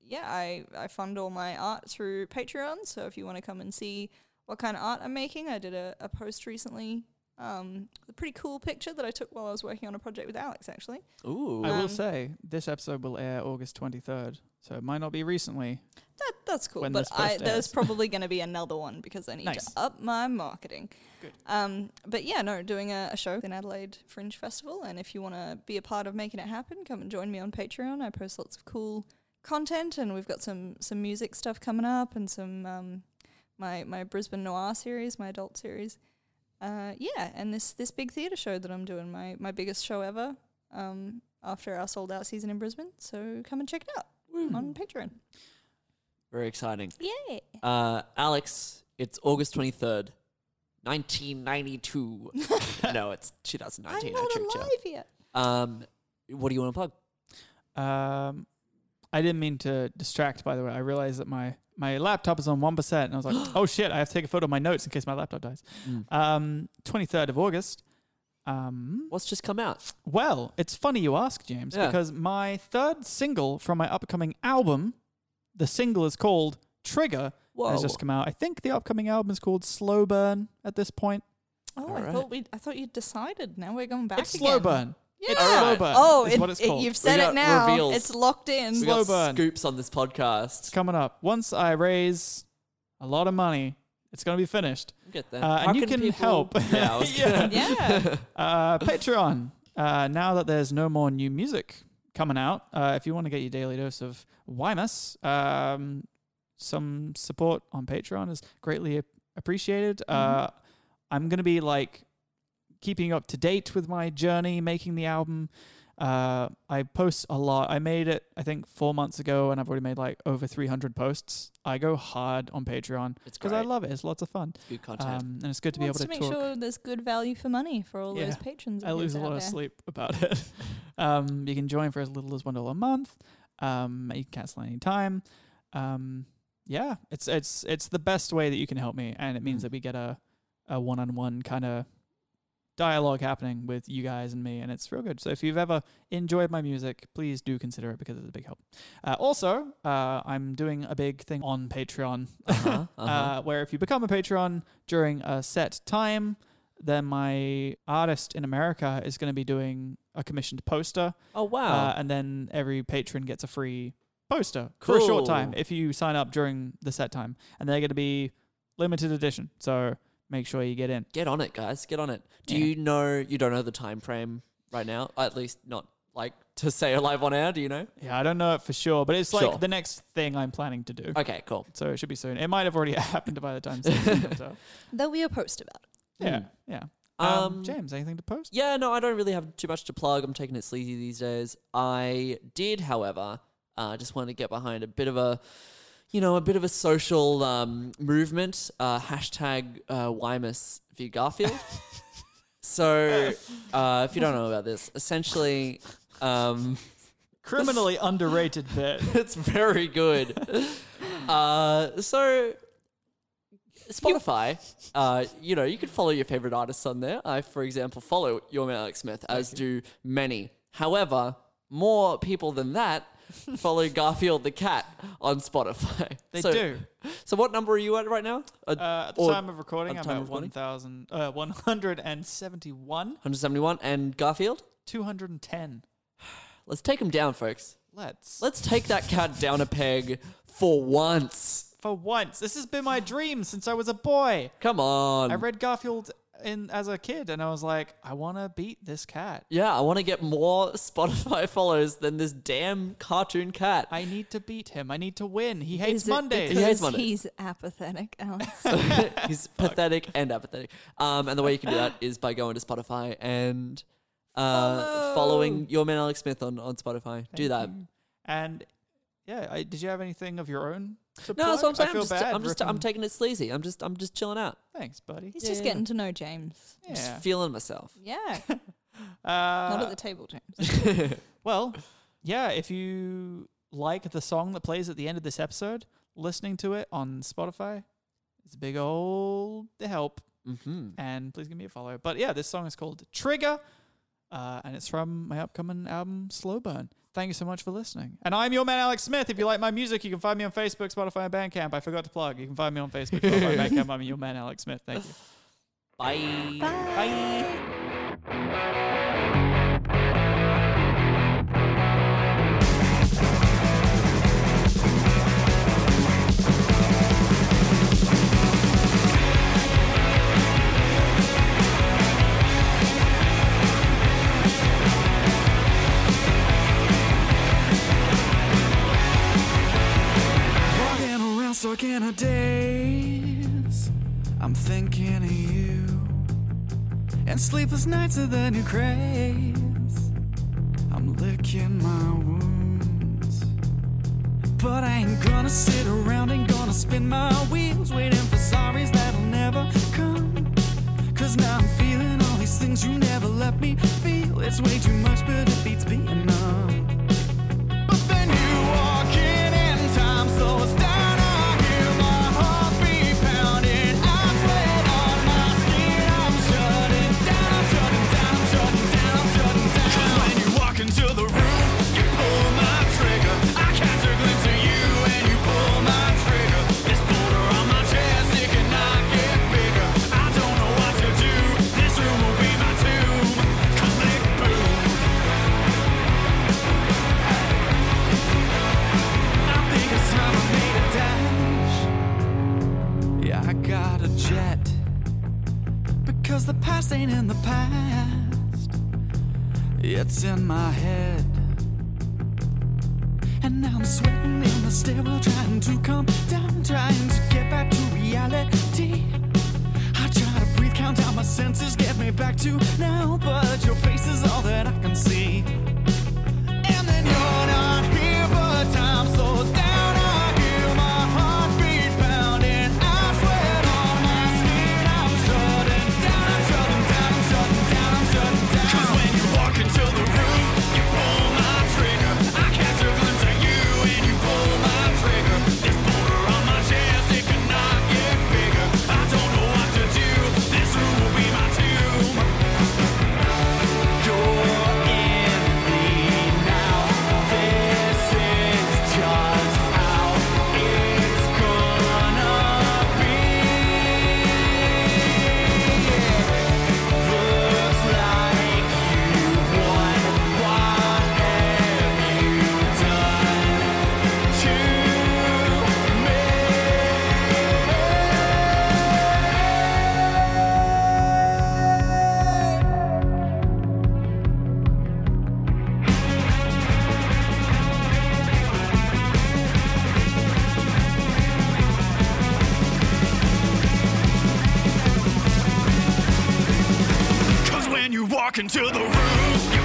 S3: yeah, I I fund all my art through Patreon. So if you want to come and see what kind of art I'm making, I did a, a post recently. Um, a pretty cool picture that I took while I was working on a project with Alex, actually.
S2: Ooh.
S1: Uh, I
S3: Um,
S1: will say this episode will air August 23rd, so it might not be recently.
S3: That that's cool.
S1: When
S3: but
S1: this post
S3: I,
S1: airs.
S3: there's probably going to be another one because I need
S1: Nice.
S3: to up my marketing. Um, but yeah, no, doing a, a show in Adelaide Fringe Festival, and if you want to be a part of making it happen, come and join me on Patreon. I post lots of cool content, and we've got some some music stuff coming up, and some um, my my Brisbane Noir series, my adult series. Uh, yeah, and this this big theatre show that I'm doing, my my biggest show ever. Um, after our sold out season in Brisbane, so come and check it out. on Patreon.
S2: Very exciting.
S3: Yay!
S2: Uh, Alex, it's August 23rd, 1992. no, it's 2019.
S3: I'm not
S2: I tricked
S3: alive yet.
S2: you. Um, what do you want to plug?
S1: Um, I didn't mean to distract. By the way, I realized that my my laptop is on one percent, and I was like, "Oh shit! I have to take a photo of my notes in case my laptop dies."
S2: Mm.
S1: Um, twenty third of August. Um,
S2: What's just come out?
S1: well, it's funny you ask, James,
S2: Yeah.
S1: because my third single from my upcoming album, the single is called Trigger. and It's
S2: Whoa.
S1: just come out. I think the upcoming album is called Slow Burn. At this point,
S3: Oh, I
S2: Alright.
S3: thought we. I thought you decided. Now we're going back.
S1: it's
S3: again.
S1: Slow Burn. It's
S3: Yeah.
S1: Slow
S2: Alright.
S1: Burn.
S3: Oh,
S1: is
S3: it-
S1: what it's
S3: it-
S1: called.
S3: you've said
S2: got
S3: it now.
S2: reveals.
S3: It's locked in.
S2: We got
S1: Slow burn.
S2: scoops on this podcast.
S1: It's coming up. Once I raise a lot of money, it's going to be finished.
S2: We'll Get that.
S1: Uh,
S2: How
S1: and you can
S2: people-
S1: help.
S2: Yeah, I was
S1: Yeah.
S3: yeah.
S1: Uh, Patreon. Uh, now that there's no more new music coming out, uh, if you want to get your daily dose of Wymus, um, some support on Patreon is greatly ap- appreciated. Uh, I'm going to be like keeping up to date with my journey making the album. Uh, I post a lot. I made it, I think, four months ago, and I've already made like over 300 posts. I go hard on Patreon
S2: It's
S1: because I
S2: great.
S1: love it. It's lots of fun,
S2: Good content.
S1: um, and it's good to be able
S3: Wants
S1: to,
S3: to make
S1: talk.
S3: sure there's good value for money for all
S1: Yeah.
S3: those patrons. of
S1: I
S3: yours
S1: lose a
S3: out
S1: lot of
S3: there.
S1: sleep about it. um, you can join for as little as one dollar a month. Um, you can cancel any time. Um, yeah, it's it's it's the best way that you can help me, and it means
S2: Mm.
S1: that we get a a one on one kind of dialogue happening with you guys and me, and it's real good. So if you've ever enjoyed my music, please do consider it because it's a big help. Uh, also, uh, I'm doing a big thing on Patreon
S2: Uh-huh,
S1: uh,
S2: uh-huh.
S1: where if you become a Patreon during a set time, then my artist in America is going to be doing a commissioned poster,
S2: oh wow.
S1: uh, and then every patron gets a free poster for a short time
S2: Cool.
S1: if you sign up during the set time, and they're going to be limited edition. So make sure you get in.
S2: get on it, guys. Get on it. Do
S1: Yeah.
S2: you know you don't know the time frame right now? At least not like to say it live on air, do you know?
S1: Yeah, I don't know it for sure, but it's like
S2: Sure.
S1: the next thing I'm planning to do.
S2: Okay, cool.
S1: So it should be soon. It might have already happened by the time this comes out.
S3: There'll be a post about it.
S1: Yeah,
S2: Mm.
S1: yeah. Um,
S2: Um,
S1: James, anything to post?
S2: Yeah, no, I don't really have too much to plug. I'm taking it sleazy these days. I did, however, uh, just wanted to get behind a bit of a, you know, a bit of a social um, movement. Uh, hashtag uh, Wymus v Garfield. so, uh, if you don't know about this, essentially. Um,
S1: Criminally underrated bit.
S2: it's very good. uh, so Spotify, uh, you know, you can follow your favorite artists on there. I, for example, follow your man Alex Smith, as do many. However, more people than that follow Garfield the cat on Spotify.
S1: They
S2: So-
S1: do.
S2: So, what number are you at right now? Uh,
S1: Uh, at the
S2: or
S1: time of recording,
S2: at
S1: I'm
S2: the time
S1: at
S2: of recording?
S1: 1,000, uh, 171,
S2: 171 and Garfield.
S1: 210.
S2: Let's take him down, folks.
S1: Let's.
S2: Let's take that cat down a peg for once.
S1: For once, this has been my dream since I was a boy.
S2: Come on.
S1: I read Garfield in as a kid, and I was like, I want to beat this cat.
S2: Yeah, I want to get more Spotify follows than this damn cartoon cat.
S1: I need to beat him. I need to win. He hates
S3: Is it
S1: Mondays.
S2: Yeah, it's
S3: because
S2: Monday.
S3: he's apathetic, Alex.
S2: He's pathetic and apathetic. Um, and the way you can do that is by going to Spotify and uh, following your man Alex Smith on, on Spotify. do that.
S1: And yeah, I, did you have anything of your own? to
S2: No, that's what
S1: plug? I
S2: I'm saying. I'm
S1: feel
S2: just,
S1: bad
S2: I'm just, I'm
S1: ripping-
S2: taking it sleazy. I'm just, I'm just chilling out.
S1: Thanks, buddy.
S3: he's just getting to know James.
S2: I'm
S1: Yeah.
S2: Just feeling myself.
S3: Yeah, not
S1: Uh,
S3: at the table, James.
S1: Well, yeah, if you like the song that plays at the end of this episode, listening to it on Spotify is a big old help.
S2: Mm-hmm.
S1: And please give me a follow. But yeah, this song is called Trigger, uh, and it's from my upcoming album, Slow Burn. Thank you so much for listening. And I'm your man, Alex Smith. If you like my music, you can find me on Facebook, Spotify, and Bandcamp. I forgot to plug. You can find me on Facebook, Spotify, and Bandcamp. I'm your man, Alex Smith. Thank you.
S2: Bye.
S1: Bye.
S4: Walking around stuck in a daze. I'm thinking of you. And sleepless nights are the new craze. I'm licking my wounds. But I ain't gonna sit around, ain't gonna spin my wheels waiting for sorries that'll never come. Cause now I'm feeling all these things you never let me feel. It's way too much, but it beats being numb. But then you walk in and time slows down. I hear my heartbeat pounding. I'm sweat on my skin. I'm shutting down. I'm shutting down. I'm shutting down. I'm shutting down. 'Cause when you walk into the room, you pull my trigger. I catch a glimpse of you and you pull my trigger. This boulder on my chest, it cannot get bigger. I don't know what to do. This room will be my tomb. Click boom. I think it's time I made a dash. Yeah, I got a jet. Because the past ain't in the past, it's in my head. And now I'm sweating in the stairwell, trying to calm down, trying to get back to reality. I try to breathe, count out my senses, get me back to now, but your face is all that I can see. And then you're not here, but time slows down. I hear my heartbeat pounding. I sweat on my skin. I'm shutting down. I'm shutting down. I'm shutting down. I'm shutting down. 'Cause when you walk into the room, you pull my trigger. I catch a glimpse of you and you pull my trigger. This boulder on my chest, it cannot get bigger. I don't know what to do. This room will be my tomb. You're in me now. This is just how it's gonna be. Looks like you've won. What have you done to me? Cause when you walk into the room,